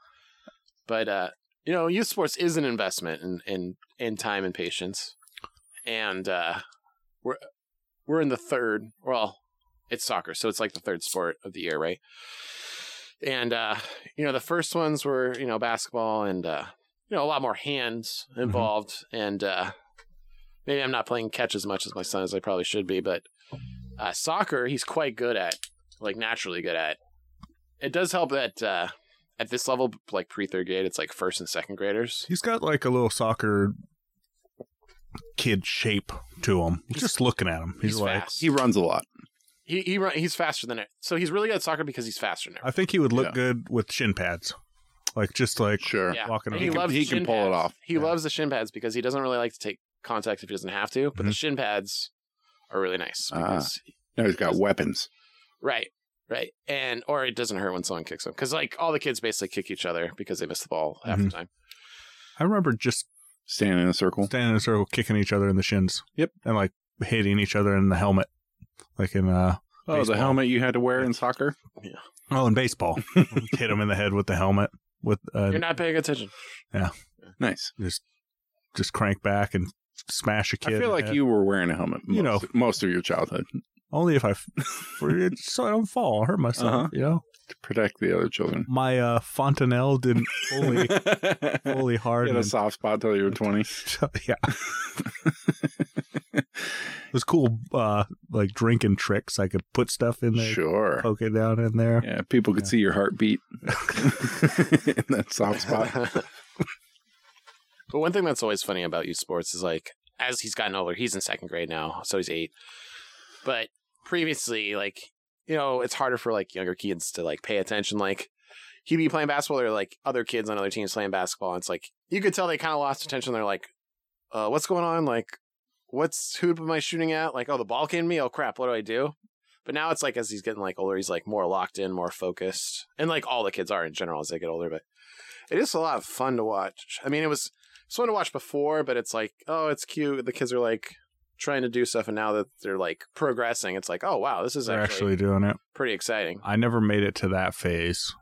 S4: But uh, you know, youth sports is an investment in in, in time and patience, and uh, we're we're in the third. Well, it's soccer, so it's like the third sport of the year, right? And uh, you know, the first ones were you know basketball and uh, you know a lot more hands
S2: Mm-hmm.
S4: involved, and uh, maybe I'm not playing catch as much as my son as I probably should be, but uh, soccer he's quite good at, like naturally good at. It does help that uh, at this level, like pre third grade, it's like first and second graders.
S2: He's got like a little soccer kid shape to him. Just looking at him, he's, like,
S4: fast.
S3: He runs a lot.
S4: he he run, he's faster than it. So he's really good at soccer because he's faster than
S2: I think he would look
S3: Yeah.
S2: good with shin pads, like just like
S3: Sure.
S4: everyone. Yeah.
S2: walking
S4: And
S2: around. He
S3: can-
S4: loves
S3: he
S4: shin
S3: can pull it
S4: pads.
S3: off.
S4: He
S2: Yeah.
S4: loves the shin pads because he doesn't really like to take contacts if he doesn't have to. But the
S2: Mhm.
S4: shin pads are really nice.
S3: Ah.
S4: Because,
S3: Now he's got weapons.
S4: Right, right, and or it doesn't hurt when someone kicks him because like all the kids basically kick each other because they miss the ball half the
S2: Mhm.
S4: time.
S2: I remember just
S3: Standing in a circle.
S2: standing in a circle, kicking each other in the shins.
S3: Yep.
S2: and like hitting each other in the helmet, like in uh
S3: Oh,
S2: Baseball.
S3: the helmet you had to wear in soccer.
S2: oh in
S3: <laughs>
S2: baseball, hit him in the head with the helmet with uh,
S4: You're not paying attention.
S3: Nice.
S2: just crank back and smash a kid.
S3: I
S2: in
S3: feel
S2: the
S3: like
S2: head.
S3: you were wearing a helmet. Most,
S2: You
S3: most of your childhood.
S2: Only if I, f- for, <laughs> so I don't fall, I hurt myself.
S3: Uh-huh.
S2: You know,
S3: to protect the other children.
S2: my uh, fontanelle
S3: <laughs>
S2: didn't fully,
S3: you
S2: fully harden.
S3: had a soft spot till you were 20.
S2: <laughs> yeah, there's cool uh, like drinking tricks. I could put stuff in there,
S3: sure.
S2: poke it down in there.
S3: Yeah, people could
S2: Yeah.
S3: see
S2: <laughs>
S3: your heartbeat <laughs> in that soft spot.
S4: <laughs> but one thing that's always funny about youth sports is like, as he's gotten older, he's in second grade now, so he's eight. But previously, like, you know, it's harder for like younger kids to like pay attention. Like, he'd be playing basketball, or like other kids on other teams playing basketball. And it's like, you could tell they kind of lost attention. They're like, uh, what's going on? Like, what's who am I shooting at? Like, oh, the ball came to me. Oh, crap. What do I do? But now it's like, as he's getting like older, he's like more locked in, more focused. And like all the kids are in general as they get older. But it is a lot of fun to watch. I mean, it was it's fun to watch before, but it's like, oh, it's cute. The kids are like trying to do stuff, and now that they're like progressing, it's like, oh wow, this is
S2: They're
S4: actually,
S2: actually doing it.
S4: pretty exciting.
S2: I never made it to that phase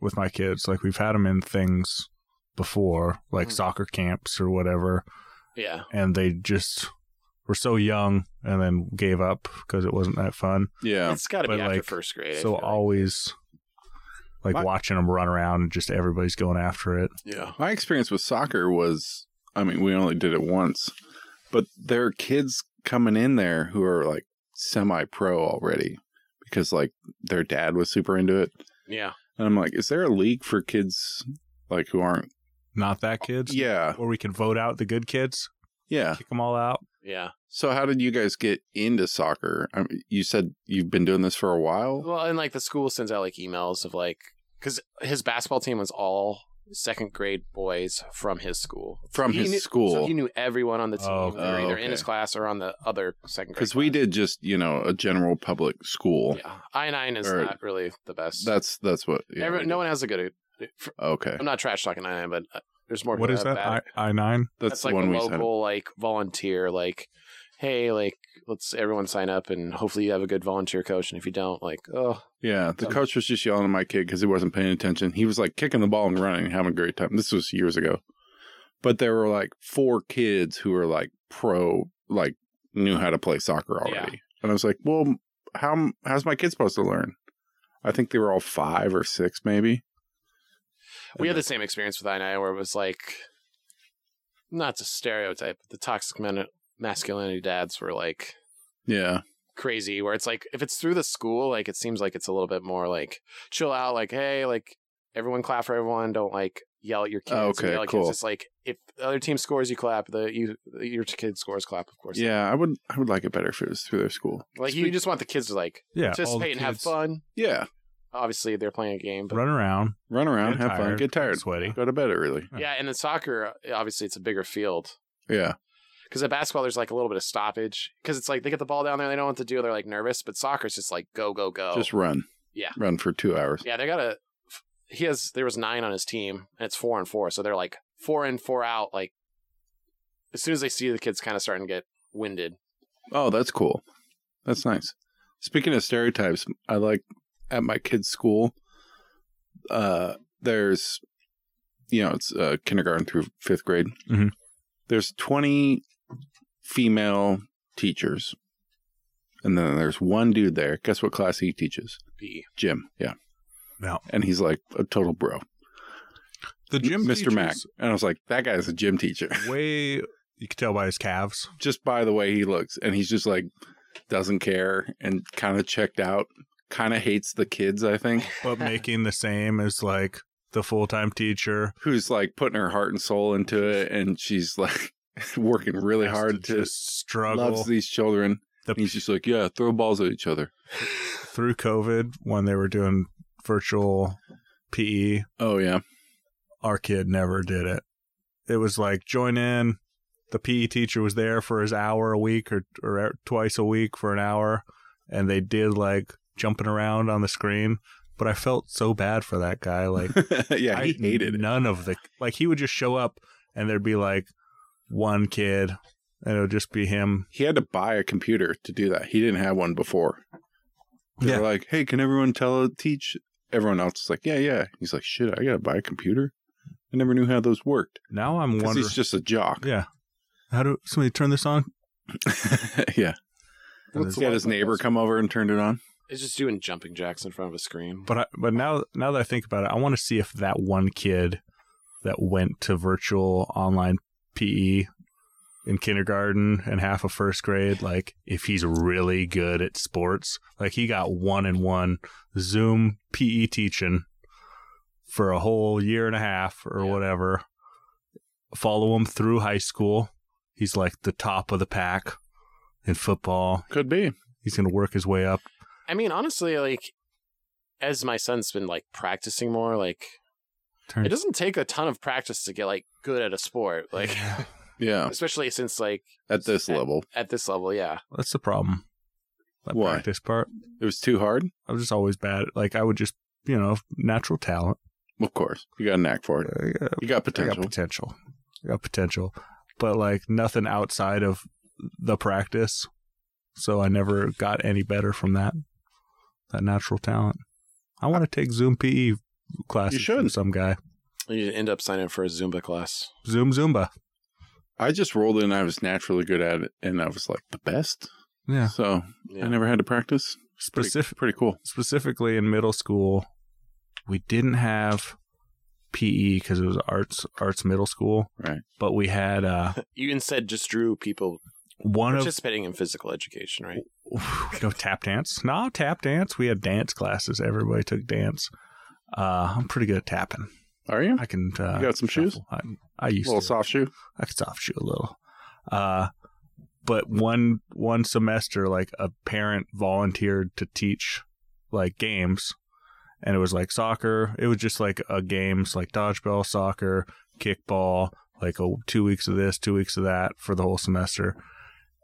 S2: with my kids. Like we've had them in things before, like
S4: Mm.
S2: soccer camps or whatever,
S4: Yeah,
S2: and they just were so young and then gave up because it wasn't that fun.
S3: Yeah.
S4: it's got to be
S2: But,
S4: after
S2: like,
S4: first grade. I
S2: so
S4: feel like.
S2: always like
S3: My-
S2: watching them run around and just everybody's going after it.
S4: yeah,
S3: My experience with soccer was I mean, we only did it once, but there are kids coming in there who are like semi pro already because like their dad was super into it.
S4: yeah.
S3: And I'm like, is there a league for kids like who aren't
S2: Not that kids.
S3: Yeah.
S2: Where we can vote out the good kids,
S3: Yeah.
S2: kick them all out.
S4: Yeah.
S3: So how did you guys get into soccer? I mean, you said you've been doing this for a while?
S4: Well, and like the school sends out like emails of like, because his basketball team was all second grade boys from his school.
S3: From
S4: He
S3: his
S4: knew-
S3: school.
S4: So he knew everyone on the team.
S2: Oh,
S4: They were either
S3: okay.
S4: in his class or on the other second grade.
S3: Cuz we
S4: class.
S3: did just, you know, a general public school.
S4: Yeah, I nine is
S3: Or-
S4: not really the best.
S3: That's that's what yeah,
S4: Every-
S3: we
S4: no
S3: did.
S4: one has a good.
S3: Okay.
S4: I'm not trash talking I nine, but uh, there's more.
S2: What
S4: good
S2: is
S4: than
S2: that?
S4: bad.
S2: I I nine.
S3: That's,
S4: That's
S3: the
S4: like
S3: one
S4: a
S3: we said.
S4: local like volunteer like, hey, like let's everyone sign up and hopefully you have a good volunteer coach. And if you don't, like, oh,
S3: Yeah, the
S4: Um,
S3: coach was just yelling at my kid because he wasn't paying attention. He was like kicking the ball and running, and having a great time. This was years ago, but there were like four kids who were like pro, like knew how to play soccer already. And I was like, "Well, how how's my kid supposed to learn?" I think they were all five or six, maybe.
S4: we had the same experience with I nine where it was like, not to stereotype, but the toxic men- masculinity dads were like
S3: Yeah,
S4: crazy where it's like if it's through the school like it seems like it's a little bit more like chill out like hey like everyone clap for everyone don't like yell at your kids
S3: Oh,
S4: or
S3: okay,
S4: yell at kids.
S3: cool.
S4: it's like if the other team scores you clap the you your kid scores clap of course
S3: yeah. I would I would like it better if it was through their school.
S4: like you just want the kids to like
S2: Yeah. all the
S4: participate and have
S2: kids
S4: fun
S3: Yeah,
S4: obviously they're playing a game but
S2: Run around,
S3: run around,
S2: Get
S3: have fun,
S2: tired,
S3: get tired,
S2: sweaty.
S3: go to bed early.
S4: yeah and in soccer uh, obviously it's a bigger field
S3: Yeah,
S4: because at basketball there's like a little bit of stoppage because it's like they get the ball down there they don't know what to do they're like nervous but soccer's just like go go go
S3: just run.
S4: Oh. Yeah.
S3: run for two hours.
S4: Yeah, they got a. He has there was nine on his team, and it's four and four, so they're like four in, four out. Like as soon as they see the kids kind of starting to get winded,
S3: Oh, that's cool. That's nice. Speaking of stereotypes, I like at my kids' school, uh, there's, you know, it's uh, kindergarten through fifth grade.
S2: Mhm.
S3: There's 20 female teachers. And then there's one dude there. Guess what class he teaches?
S4: be
S3: Jim. Yeah.
S2: Yeah.
S3: And he's like a total bro.
S2: The gym,
S3: Mr. Mac.
S2: teachers,
S3: And I was like, that guy's a gym teacher.
S2: <laughs> Way you can tell by his calves.
S3: just by the way he looks and he's just like doesn't care and kind of checked out kind of hates the kids
S2: <laughs>
S3: i think <laughs>
S2: but making the same as like the full time teacher.
S3: who's like putting her heart and soul into it and she's like <laughs> working really
S2: has
S3: hard to,
S2: just struggle
S3: loves these children
S2: The-
S3: and he's just like yeah throw balls at each other
S2: through COVID when they were doing virtual E PE.
S3: oh yeah <laughs>
S2: Our kid never did it. It was like join in. The PE teacher was there for his hour a week or or twice a week for an hour, and they did like jumping around on the screen. But I felt so bad for that guy. Like
S3: <laughs> yeah
S2: I-
S3: he hated it
S2: none of the like. He would just show up, and there'd be like one kid, and it would just be him
S3: he had to buy a computer to do that he didn't have one before they
S2: Yeah.
S3: were like hey can everyone tell teach everyone else is like yeah yeah he's like shit i gotta buy a computer i never knew how those worked
S2: Now I'm
S3: because
S2: wondering
S3: he's just a jock
S2: how do somebody turn this on?
S3: <laughs> yeah.
S2: And it's-
S4: What's the-
S3: He had his neighbor come over and turned it on.
S4: It's just doing jumping jacks in front of a screen.
S2: But I, but now now that I think about it, I want to see if that one kid that went to virtual online PE in kindergarten and half of first grade, like if he's really good at sports, like he got one and one Zoom PE teaching for a whole year and a half or
S4: Yeah.
S2: whatever. Follow him through high school. He's like the top of the pack in football.
S3: Could be.
S2: He's going to work his way up.
S4: I mean, honestly, like as my son's been like practicing more, like
S2: Turn-
S4: it doesn't take a ton of practice to get like good at a sport,
S2: <laughs>
S4: like
S3: Yeah.
S4: especially since like
S3: At this level,
S4: at this level, yeah.
S2: That's the problem. That
S3: Why?
S2: practice part.
S3: it was too hard.
S2: I was just always bad. at- Like I would just, you know, natural talent.
S3: Of course, you got a knack for it.
S2: I got-
S3: You got
S2: I got
S3: potential.
S2: potential. I got potential, but like nothing outside of the practice. So I never got any better from that. That natural talent. I want to take Zoom PE classes
S3: should.
S2: from some guy.
S4: You end up signing up for a Zumba class.
S2: Zoom Zumba.
S3: I just rolled in. I was naturally good at it, and I was like the best.
S2: Yeah.
S3: So
S4: Yeah.
S3: I never had to practice.
S2: Specific.
S3: Pretty cool.
S2: specifically in middle school, we didn't have PE because it was arts arts middle school.
S3: Right.
S2: But we had
S3: <laughs>
S2: uh,
S4: You instead just drew people
S2: one of
S4: participating in physical education, right?
S2: <sighs> no tap dance. No tap dance. We had dance classes. Everybody took dance. Uh, I'm pretty good at tapping.
S3: Are you?
S2: I can. Uh,
S3: You got some shoes?
S2: I, I used
S3: little
S2: to.
S3: soft shoe.
S2: I could soft shoe a little. Uh, but one one semester, like a parent volunteered to teach like games, and it was like soccer. It was just like a games like dodgeball, soccer, kickball, like a, two weeks of this, two weeks of that for the whole semester.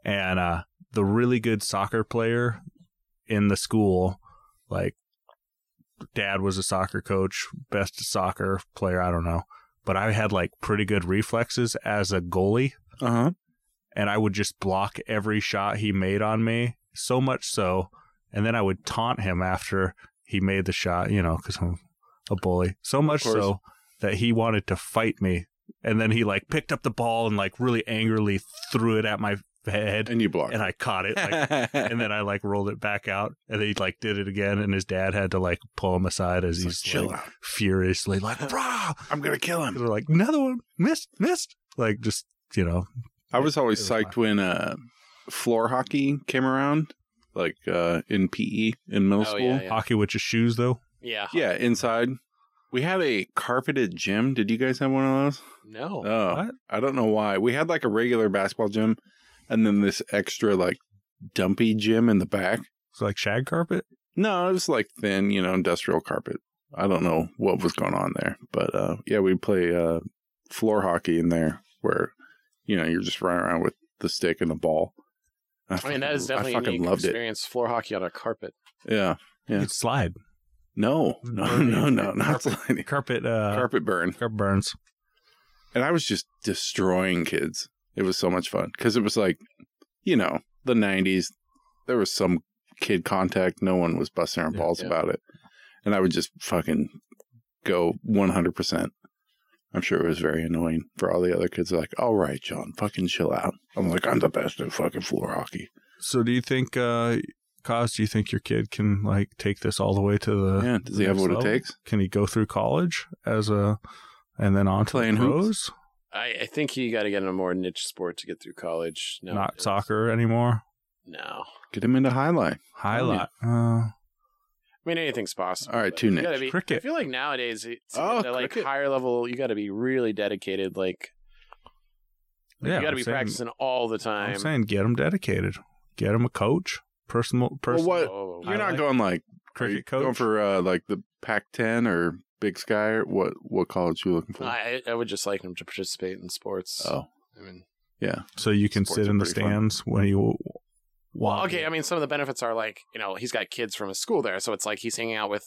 S2: And uh, the really good soccer player in the school, like dad was a soccer coach, best soccer player. I don't know but I had like pretty good reflexes as a goalie,
S3: Uh huh.
S2: and I would just block every shot he made on me. So much so, and then I would taunt him after he made the shot, you know, because I'm a bully. So much
S3: course.
S2: so that he wanted to fight me, and then he like picked up the ball and like really angrily threw it at my head,
S3: And you blocked.
S2: and I caught it.
S3: <laughs>
S2: Like, and then I like rolled it back out, and then he like did it again, and his dad had to like pull him aside as
S3: It's like,
S2: he's
S3: chill
S2: like,
S3: out.
S2: furiously like, rah,
S3: I'm gonna kill him.
S2: they're like, another one, missed, missed. Like, just, you know,
S3: I was always
S2: It was
S3: psyched when uh, floor hockey came around, like uh, in PE in middle
S4: Oh,
S3: school.
S4: yeah,
S3: Yeah,
S4: yeah.
S2: hockey with just shoes, though.
S4: Yeah.
S3: inside. We had a carpeted gym. Did you guys have one of those?
S4: No.
S3: oh,
S2: what?
S3: I don't know why. We had like a regular basketball gym, and then this extra like dumpy gym in the back.
S2: It's like shag carpet.
S3: No, it was like thin, you know, industrial carpet. I don't know what was going on there, but uh, yeah, we play uh, floor hockey in there, where you know you're just running around with the stick and the ball.
S4: I mean, that is
S3: fucking-
S4: definitely
S3: I
S4: a
S3: fucking
S4: unique
S3: loved it.
S4: experience. Floor hockey on a carpet.
S3: Yeah,
S2: You
S3: Yeah.
S2: could slide.
S3: no, <laughs> no,
S2: Burn.
S3: no, no, not sliding.
S2: Carpet, uh, carpet.
S3: carpet burn.
S2: burns.
S3: And I was just destroying kids. It was so much fun because it was like, you know, the 90s. There was some kid contact. No one was busting our
S2: Yeah,
S3: balls
S4: yeah.
S3: about it. And I would just fucking go 100%. I'm sure it was very annoying for all the other kids. Like, all right, John, fucking chill out. I'm like, I'm the best at fucking floor hockey.
S2: So, do you think, uh, Cause, do you think your kid can, like, take this all the way to the.
S3: Yeah, does he have
S2: next
S3: what it
S2: level?
S3: takes?
S2: Can he go through college as a. And then on to
S3: Playing
S2: the pros?
S3: hoops?
S4: I, I think you got to get in a more niche sport to get through college. No,
S2: Not soccer anymore.
S4: No.
S3: Get him into highlight.
S2: Highlight. Uh,
S4: I mean, anything's possible.
S3: All right,
S4: but
S3: two
S4: you
S3: niche.
S4: gotta be- I
S2: Cricket.
S4: feel like nowadays, it- to
S3: Oh,
S4: get to, like
S3: cricket.
S4: higher level, you got to be really dedicated. Like,
S2: yeah.
S4: you got
S2: I'm
S4: to be
S2: saying-
S4: practicing all the time.
S2: I'm saying get him dedicated. Get him a coach, personal,
S3: Well,
S2: personal
S3: what-
S4: Oh,
S3: You're not
S2: Highlight?
S3: going like
S2: cricket
S3: are you
S2: coach.
S3: Going for uh, like the Pac-10 or Big Sky or what? What college you looking for?
S4: I, I would just like him to participate in sports.
S3: oh,
S4: I mean,
S2: so you can
S3: Sports
S2: sit
S3: are
S2: in the
S3: pretty fun.
S2: stands when you.
S4: well,
S2: Wow.
S4: okay. I mean, some of the benefits are like, you know, he's got kids from his school there. So it's like he's hanging out with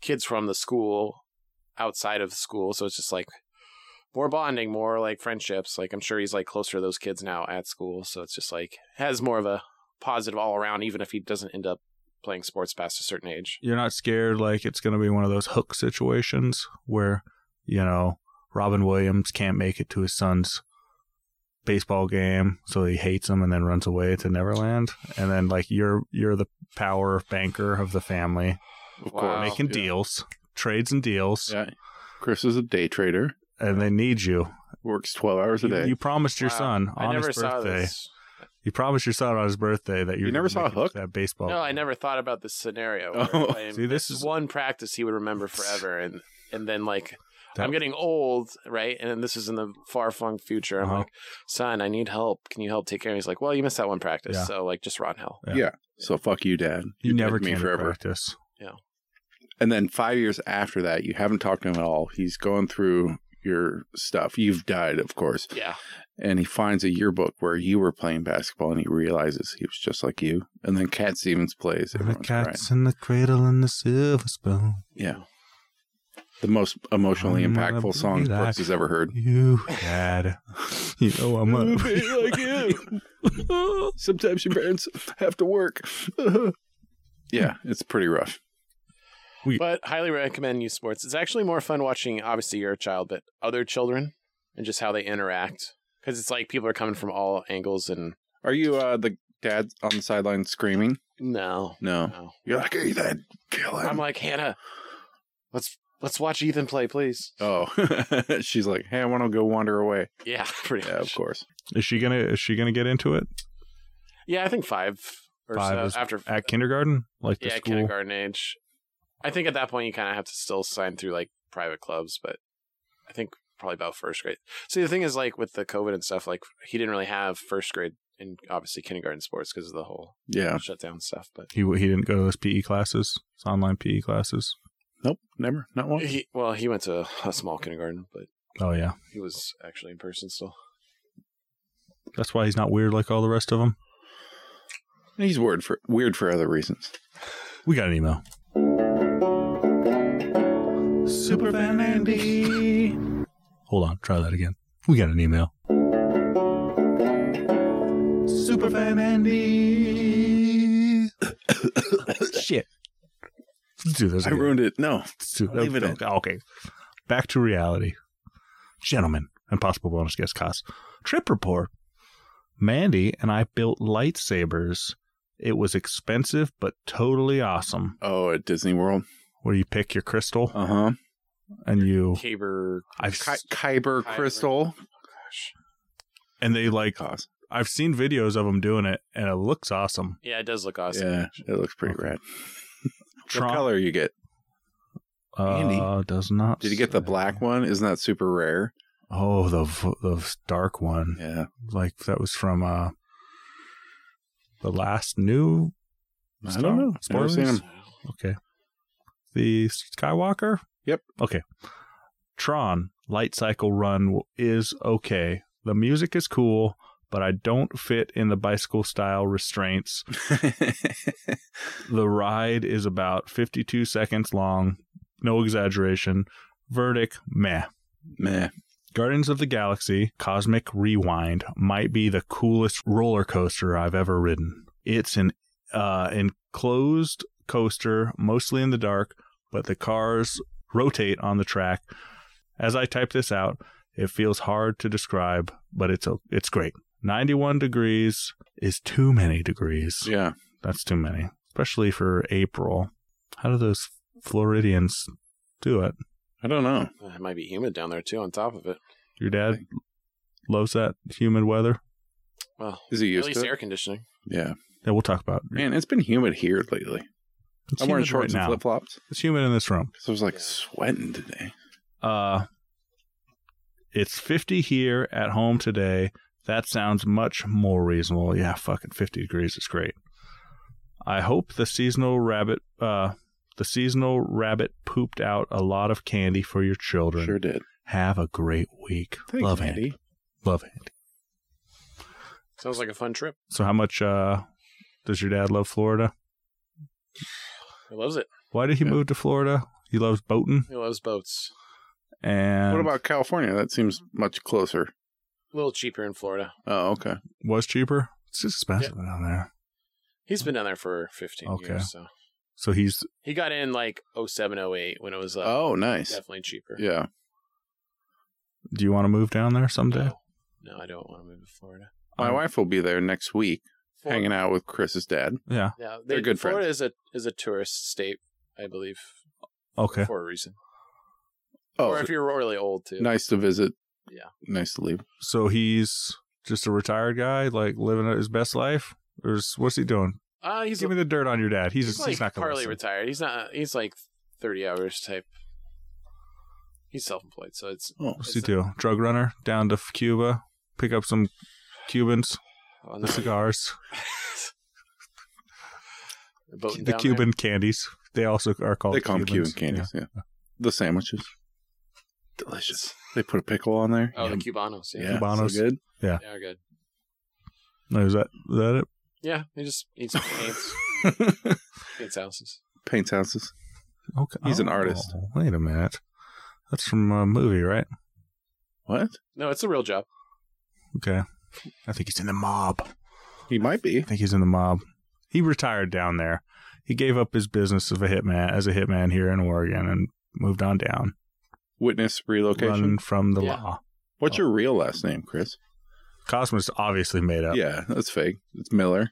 S4: kids from the school outside of school. So it's just like more bonding, more like friendships. Like, I'm sure he's like closer to those kids now at school. So it's just like has more of a positive all around, even if he doesn't end up playing sports past a certain age.
S2: you're not scared like it's going to be one of those hook situations where you know Robin Williams can't make it to his son's baseball game, so he hates him and then runs away to Neverland. And then like you're you're the power banker of the family,
S4: Of
S3: Wow.
S4: course.
S2: making
S3: yeah.
S2: deals, trades and deals,
S3: Yeah. Chris is a day trader.
S2: and they need you.
S3: Works twelve hours a
S2: You,
S3: day.
S2: you promised your
S4: Wow.
S2: son on
S4: I never
S2: his
S4: saw
S2: birthday.
S4: this.
S2: You promised your son on his birthday that you,
S3: You
S2: were
S3: never
S2: gonna
S3: saw
S2: make it to
S3: Hook?
S2: that baseball.
S4: No, I never thought about this
S2: <laughs>
S4: scenario.
S3: Oh.
S4: Oh,
S2: Oh. See, this is-
S4: one practice he would remember forever, and and then like
S2: That-
S4: I'm getting old, right? And then this is in the far flung future. I'm
S2: Uh-huh.
S4: like, son, I need help. Can you help take care? of me?" He's like, well, you missed that one practice,
S2: Yeah.
S4: so like just rot in hell.
S2: Yeah.
S3: so fuck you, Dad.
S2: You,
S3: did
S2: never
S3: me
S2: came to
S3: forever.
S2: practice.
S3: And then five years after that, you haven't talked to him at all. He's going through your stuff. You've died, of course.
S4: Yeah,
S3: And he finds a yearbook where you were playing basketball and he realizes he was just like you. And then Cat Stevens plays.
S2: And the
S3: Everyone's crying.
S2: cats in the cradle and the silver spoon.
S3: Yeah. The most emotionally
S2: I'm gonna
S3: impactful
S2: be
S3: song
S2: like-
S3: Brooks has ever heard.
S2: You dad. <laughs> you know I'm <laughs> up.
S3: like you. Sometimes your parents have to work. <laughs> yeah, it's pretty rough.
S4: but highly recommend youth sports. It's actually more fun watching. Obviously, you're a child, but other children and just how they interact because it's like people are coming from all angles. And
S3: Are you uh, the dad on the sideline screaming?
S4: no,
S3: No.
S4: no,
S3: You're like, Ethan, kill him.
S4: I'm like Hannah. Let's let's watch Ethan play, please.
S3: oh, <laughs> she's like, hey, I want to go wander away.
S4: Yeah, <laughs> pretty
S3: Yeah, of
S4: much.
S3: course.
S2: Is she gonna is she gonna get into it?
S4: Yeah, I think five or
S2: Five
S4: so
S2: is
S4: after
S2: At kindergarten? Like the
S4: yeah
S2: school?
S4: kindergarten age. I think at that point you kind of have to still sign through like private clubs, but I think probably about first grade. See, the thing is like with the COVID and stuff, like he didn't really have first grade and obviously kindergarten sports because of the whole
S3: Yeah.
S4: shutdown stuff. But
S2: He he didn't go to those PE classes, his online PE classes.
S3: Nope, never. Not one.
S4: he well, he went to a small kindergarten, but
S2: Oh yeah,
S4: he was actually in person still.
S2: that's why he's not weird like all the rest of them.
S3: He's weird for weird for other reasons.
S2: We got an email. Superfan Andy. Hold on, try that again. We got an email. Superfan Andy. <coughs> Shit. Let's do this.
S3: I
S2: again.
S3: ruined it. No.
S2: Stu-
S3: Leave it in.
S2: Okay. Back to reality. Gentlemen and possible bonus guest costs. Trip report. Mandy and I built lightsabers. It was expensive, but totally awesome.
S3: Oh, at Disney World.
S2: Where you pick your crystal
S3: Uh huh.
S2: and you,
S4: Caber,
S2: I've
S3: Ki-
S2: s-
S3: Kyber
S4: Kyber.
S3: crystal.
S4: gosh,
S2: and they like,
S3: Cause.
S2: I've seen videos of them doing it, and it looks awesome.
S4: yeah, it does look awesome.
S3: Yeah, it looks pretty
S2: Okay.
S3: rad. <laughs>
S2: Tron-
S3: What color you get?
S2: Uh,
S3: Andy,
S2: does not.
S3: Did you get the
S2: say.
S3: black one? Isn't that super rare?
S2: Oh, the v- the dark one.
S3: Yeah.
S2: Like that was from uh, the last new
S3: I don't know. Never
S2: Spoilers?
S3: seen 'em.
S2: Okay. The Skywalker?
S3: Yep.
S2: Okay. Tron Light Cycle Run w- is okay. The music is cool, but I don't fit in the bicycle style restraints. The ride is about 52 seconds long. No exaggeration. Verdict meh.
S3: <laughs> Meh.
S2: Guardians of the Galaxy Cosmic Rewind might be the coolest roller coaster I've ever ridden. It's an uh, enclosed coaster, mostly in the dark, but the cars rotate on the track. As I type this out, it feels hard to describe, but it's o- it's great. 91 degrees is too many degrees.
S3: Yeah.
S2: That's too many, especially for April. How do those Floridians do it?
S3: I don't know.
S4: Uh, It might be humid down there too. On top of it,
S2: Your dad loves that humid weather.
S4: well,
S3: Is he
S4: at
S3: used
S4: least
S3: to it?
S4: air conditioning.
S3: Yeah.
S2: Yeah, we'll talk about.
S3: Man, it's been humid here lately.
S2: It's
S3: I'm wearing
S2: humid
S3: shorts
S2: right
S3: and
S2: now.
S3: flip flops
S2: It's humid in this room.
S3: because I was like
S4: Yeah.
S3: sweating today.
S2: Uh, it's 50 here at home today. That sounds much more reasonable. Yeah, fucking 50 degrees is great. I hope the seasonal rabbit, uh, the seasonal rabbit pooped out a lot of candy for your children.
S3: Sure did.
S2: Have a great week.
S3: Thanks,
S2: Love it.
S3: Andy.
S2: Love it.
S4: Sounds like a fun trip.
S2: So, how much uh, does your dad love Florida?
S4: He loves it.
S2: Why did he
S3: Yeah.
S2: move to Florida? He loves boating.
S4: He loves boats.
S2: And
S3: What about California? That seems much closer.
S4: A little cheaper in Florida.
S3: Oh, okay.
S2: was cheaper? It's just expensive down there.
S4: He's been down there for 15
S2: Okay.
S4: years. So
S2: So he's
S4: he got in like 07, 08 when it was uh,
S3: Oh, nice.
S4: definitely cheaper.
S3: Yeah.
S2: Do you want to move down there someday?
S4: No. No, I don't want to move to Florida.
S3: My
S2: Um,
S3: wife will be there next week,
S4: Florida.
S3: hanging out with Chris's dad.
S2: Yeah.
S4: No, they,
S3: They're good
S4: Florida is a is a tourist state, I believe,
S2: Um, Okay.
S4: for a reason. or
S3: Oh,
S4: if you're really old too.
S3: nice to visit.
S4: Yeah.
S3: nice to leave.
S2: So he's just a retired guy, like living his best life. Or is, what's he doing?
S4: Uh, he's
S2: Give me the dirt on your dad. He's
S4: he's,
S2: he's,
S4: like
S2: not going
S4: partly
S2: to.
S4: retired. He's not. He's like thirty hours type. He's self-employed, so it's
S3: Oh,
S2: What's he do? Drug runner down to f- Cuba, pick up some Cubans,
S4: on
S2: the
S4: <laughs>
S2: cigars,
S4: boat
S2: the Cuban candies. They also are called.
S3: they call them Cuban
S2: Cubans.
S3: candies. Yeah. the sandwiches, delicious. They put a pickle on there.
S4: Oh, the Cubanos. Yeah,
S3: yeah,
S2: Cubanos.
S3: so good.
S4: they are good.
S2: Yeah. Is that is that it?
S4: Yeah, they just eat
S2: <laughs>
S4: some paints, paints houses.
S3: Paints houses.
S2: Okay. Oh,
S3: He's an artist.
S2: Wait a minute. That's from a movie, right?
S3: What?
S4: No, it's a real job.
S2: Okay. I think he's in the mob.
S3: He might be.
S2: I think he's in the mob. He retired down there. He gave up his business of a hitman as a hitman here in Oregon and moved on down,
S3: Witness relocation.
S2: running from the
S4: Yeah.
S2: law.
S3: What's
S2: Oh.
S3: your real last name, Chris?
S2: Cosmos obviously made up.
S3: Yeah, that's fake. It's Miller.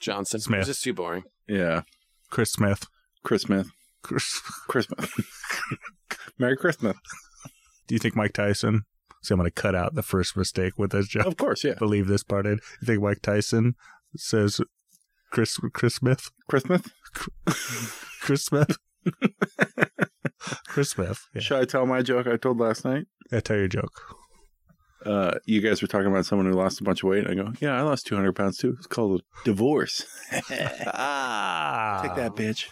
S4: Johnson.
S2: Smith.
S4: It's just too boring.
S3: Yeah,
S2: Chris Smith.
S3: Chris Smith.
S2: Chris.
S3: Chris Smith. <laughs>
S2: <laughs>
S3: Merry Christmas.
S2: Do you think Mike Tyson? See, I'm going to cut out the first mistake with this
S3: <laughs>
S2: joke.
S3: Of course, yeah.
S2: Believe this part in. You think Mike Tyson says Chris Chris Smith? <laughs>
S3: Chris Smith.
S2: Chris Smith. Chris Smith. Yeah.
S3: Should I tell my joke I told last night?
S2: yeah, tell your joke.
S3: Uh, you guys were talking about someone who lost a bunch of weight. I go, yeah, I lost 200 pounds too. It's called a divorce.
S2: ah,
S3: Take that, bitch.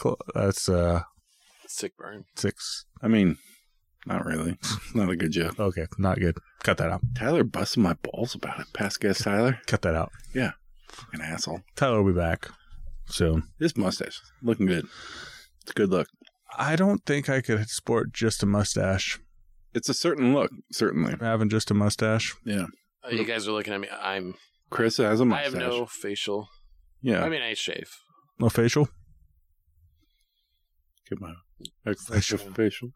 S2: Cl- that's uh
S4: Sick burn.
S2: six.
S3: I mean, not really. Not a good joke.
S2: Okay, not good. Cut that out.
S3: Tyler busted my balls about it. Past guest Tyler,
S2: Cut that out.
S3: an asshole.
S2: Tyler will be back soon.
S3: This mustache looking good. It's a good look.
S2: I don't think I could sport just a mustache.
S3: It's a certain look, certainly.
S2: Having just a mustache.
S4: Uh,
S3: Mm.
S4: you guys are looking at me. I'm.
S3: Chris has a
S4: I
S3: mustache.
S4: have no facial.
S3: Yeah.
S4: I mean, I shave.
S2: No facial?
S3: Come on. Extra
S2: Facial.
S3: facial.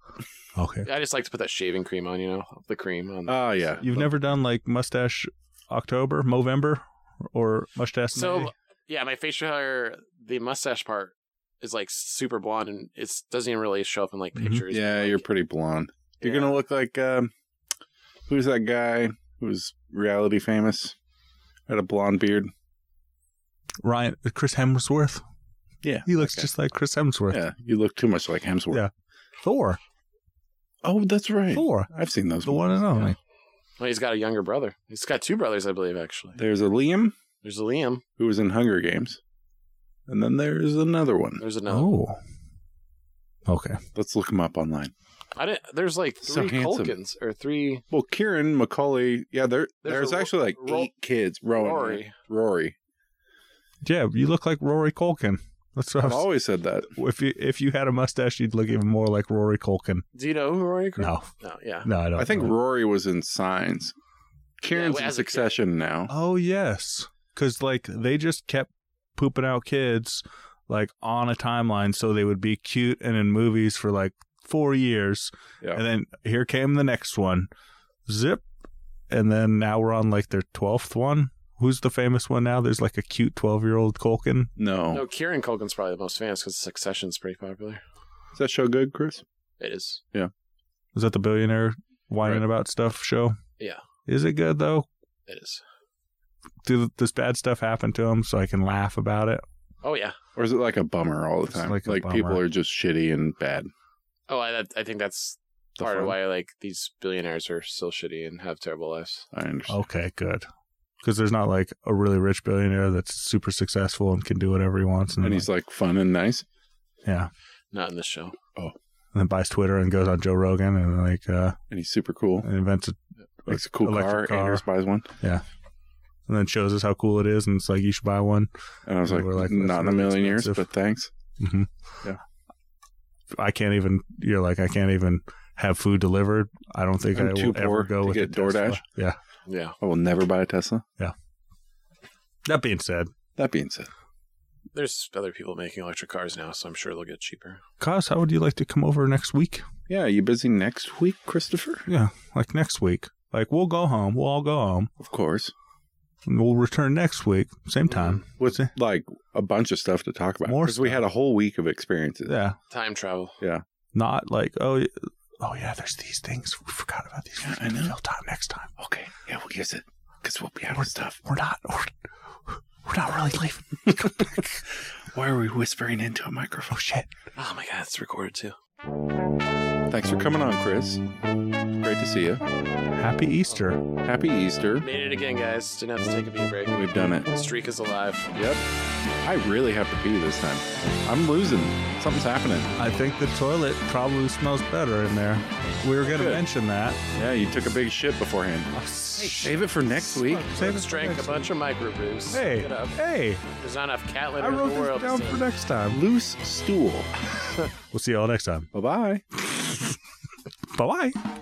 S2: Okay.
S4: I just like to put that shaving cream on. You know, the cream on.
S3: Oh, yeah.
S2: You've never done like mustache October, Movember, or mustache
S4: So
S2: May?
S4: yeah, my facial hair, the mustache part is like super blonde and it doesn't even really show up in like
S2: Mhm.
S4: pictures.
S3: Mm-hmm. Yeah,
S4: Like,
S3: you're pretty blonde. You're
S4: yeah.
S3: gonna look like um, who's that guy who's reality famous? Had a blonde beard.
S2: Ryan, Chris Hemsworth.
S3: Yeah,
S2: He looks
S3: okay.
S2: just like Chris Hemsworth.
S3: Yeah, you look too much like Hemsworth.
S2: Yeah. Thor.
S3: Oh, that's right.
S2: Thor.
S3: I've seen those.
S2: The one and only.
S4: Well, he's got a younger brother. He's got two brothers, I believe, actually.
S3: There's a Liam
S4: There's a Liam.
S3: who was in Hunger Games, and then there's another one.
S4: There's another.
S2: Oh. Okay.
S3: Let's look him up online.
S4: I didn't. There's like
S3: So
S4: three
S3: handsome.
S4: Culkins or three
S3: Well, Kieran Macaulay. Yeah, there.
S4: There's
S3: There's,
S4: a Ro-
S3: actually like
S4: Ro-
S3: eight kids. Rowan,
S4: Rory.
S3: Rory.
S2: Yeah, you look like Rory Culkin. That's what I
S3: I've
S2: was,
S3: always said that.
S2: if you if you had a mustache, you'd look even more like Rory Culkin.
S4: Do you know who Rory? Cr-
S2: No,
S4: No. Yeah.
S2: no, I don't.
S3: I think
S2: know.
S3: Rory was in Signs. Kieran's
S4: well,
S3: in
S4: as a kid.
S3: Succession now.
S2: Oh yes, because like they just kept pooping out kids like on a timeline, so they would be cute and in movies for like four years,
S3: Yeah.
S2: and then here came the next one, zip, and then now we're on like their twelfth one. Who's the famous one now? There's like a cute twelve-year-old Culkin.
S3: No.
S4: No, Kieran Culkin's probably the most famous because Succession's pretty popular.
S3: Is that show good, Chris?
S4: It is.
S2: Is that the billionaire whining
S3: Right.
S2: about stuff show?
S4: Yeah.
S2: Is it good though?
S4: It is.
S2: Do th- does bad stuff happen to him so I can laugh about it?
S4: Oh yeah.
S3: Or is it like a bummer all the
S2: It's
S3: time?
S2: like
S3: Like,
S2: a bummer.
S3: people are just shitty and bad.
S4: Oh, I, that- I think that's
S3: The
S4: part of
S3: fun.
S4: why like these billionaires are so shitty and have terrible lives.
S3: I understand.
S2: Okay, good. Because there's not like a really rich billionaire that's super successful and can do whatever he wants, and,
S3: And he's like fun and nice.
S2: yeah,
S4: Not in this show.
S2: and then buys Twitter and goes on Joe Rogan and like uh,
S3: And he's super cool.
S2: and invents it
S3: Likes a cool car.
S2: electric car.
S3: Anders buys one.
S2: and then shows us how cool it is, and it's like you should buy one.
S3: And I was
S2: And
S3: like,
S2: we're like,
S3: not
S2: that's
S3: in a
S2: really
S3: million years,
S2: expensive.
S3: but thanks.
S2: hmm
S3: Yeah.
S2: I can't even. You're like I can't even have food delivered. I don't think
S3: I'm
S2: I
S3: too
S2: will ever
S3: poor
S2: go
S3: to
S2: with a
S3: get DoorDash.
S2: Tesla. Yeah.
S4: Yeah.
S3: I will never buy a Tesla.
S2: That being said,
S3: That being said,
S4: There's other people making electric cars now, so I'm sure they'll get cheaper.
S2: Cos, how would you like to come over next week?
S3: Yeah, you busy next week, Christopher?
S2: Yeah, like next week. Like we'll go home. We'll all go home.
S3: Of course.
S2: And we'll return next week, same time.
S3: With
S2: See?
S3: like a bunch of stuff to talk about.
S2: More
S3: Because we had a whole week of experiences.
S2: Yeah,
S4: Time travel.
S2: not like oh, y- oh yeah. There's these things we forgot about these.
S3: Yeah, I
S2: We'll
S3: know.
S2: fill time next time.
S3: Okay. Yeah, we'll use it. Because we'll be out
S2: We're-
S3: of stuff.
S2: We're not. We're, we're not really leaving. <laughs>
S3: Why are we whispering into a microphone?
S2: Oh shit.
S4: Oh my god, it's recorded too.
S3: Thanks for coming on, Chris. Great to see you.
S2: Happy Easter.
S3: Happy Easter.
S4: Made it again, guys. Didn't have to take a pee break.
S3: We've done it.
S4: The streak is alive.
S3: Yep. I really have to pee this time. I'm losing. Something's happening.
S2: I think the toilet probably smells better in there. We were going to
S3: Good.
S2: mention that.
S3: Yeah, you took a big shit beforehand.
S2: Save
S3: Save it for next week.
S2: it
S4: Let's
S2: for
S4: drank a
S2: next
S4: bunch of microbrews.
S2: week.
S4: Get
S2: Hey,
S4: up.
S2: hey,
S4: There's not enough cat litter
S2: I
S4: in the
S2: wrote
S4: world.
S2: this down
S4: to
S2: for
S4: see.
S2: next time.
S3: Loose stool.
S2: We'll see y'all next time.
S3: Bye bye.
S2: Bye bye.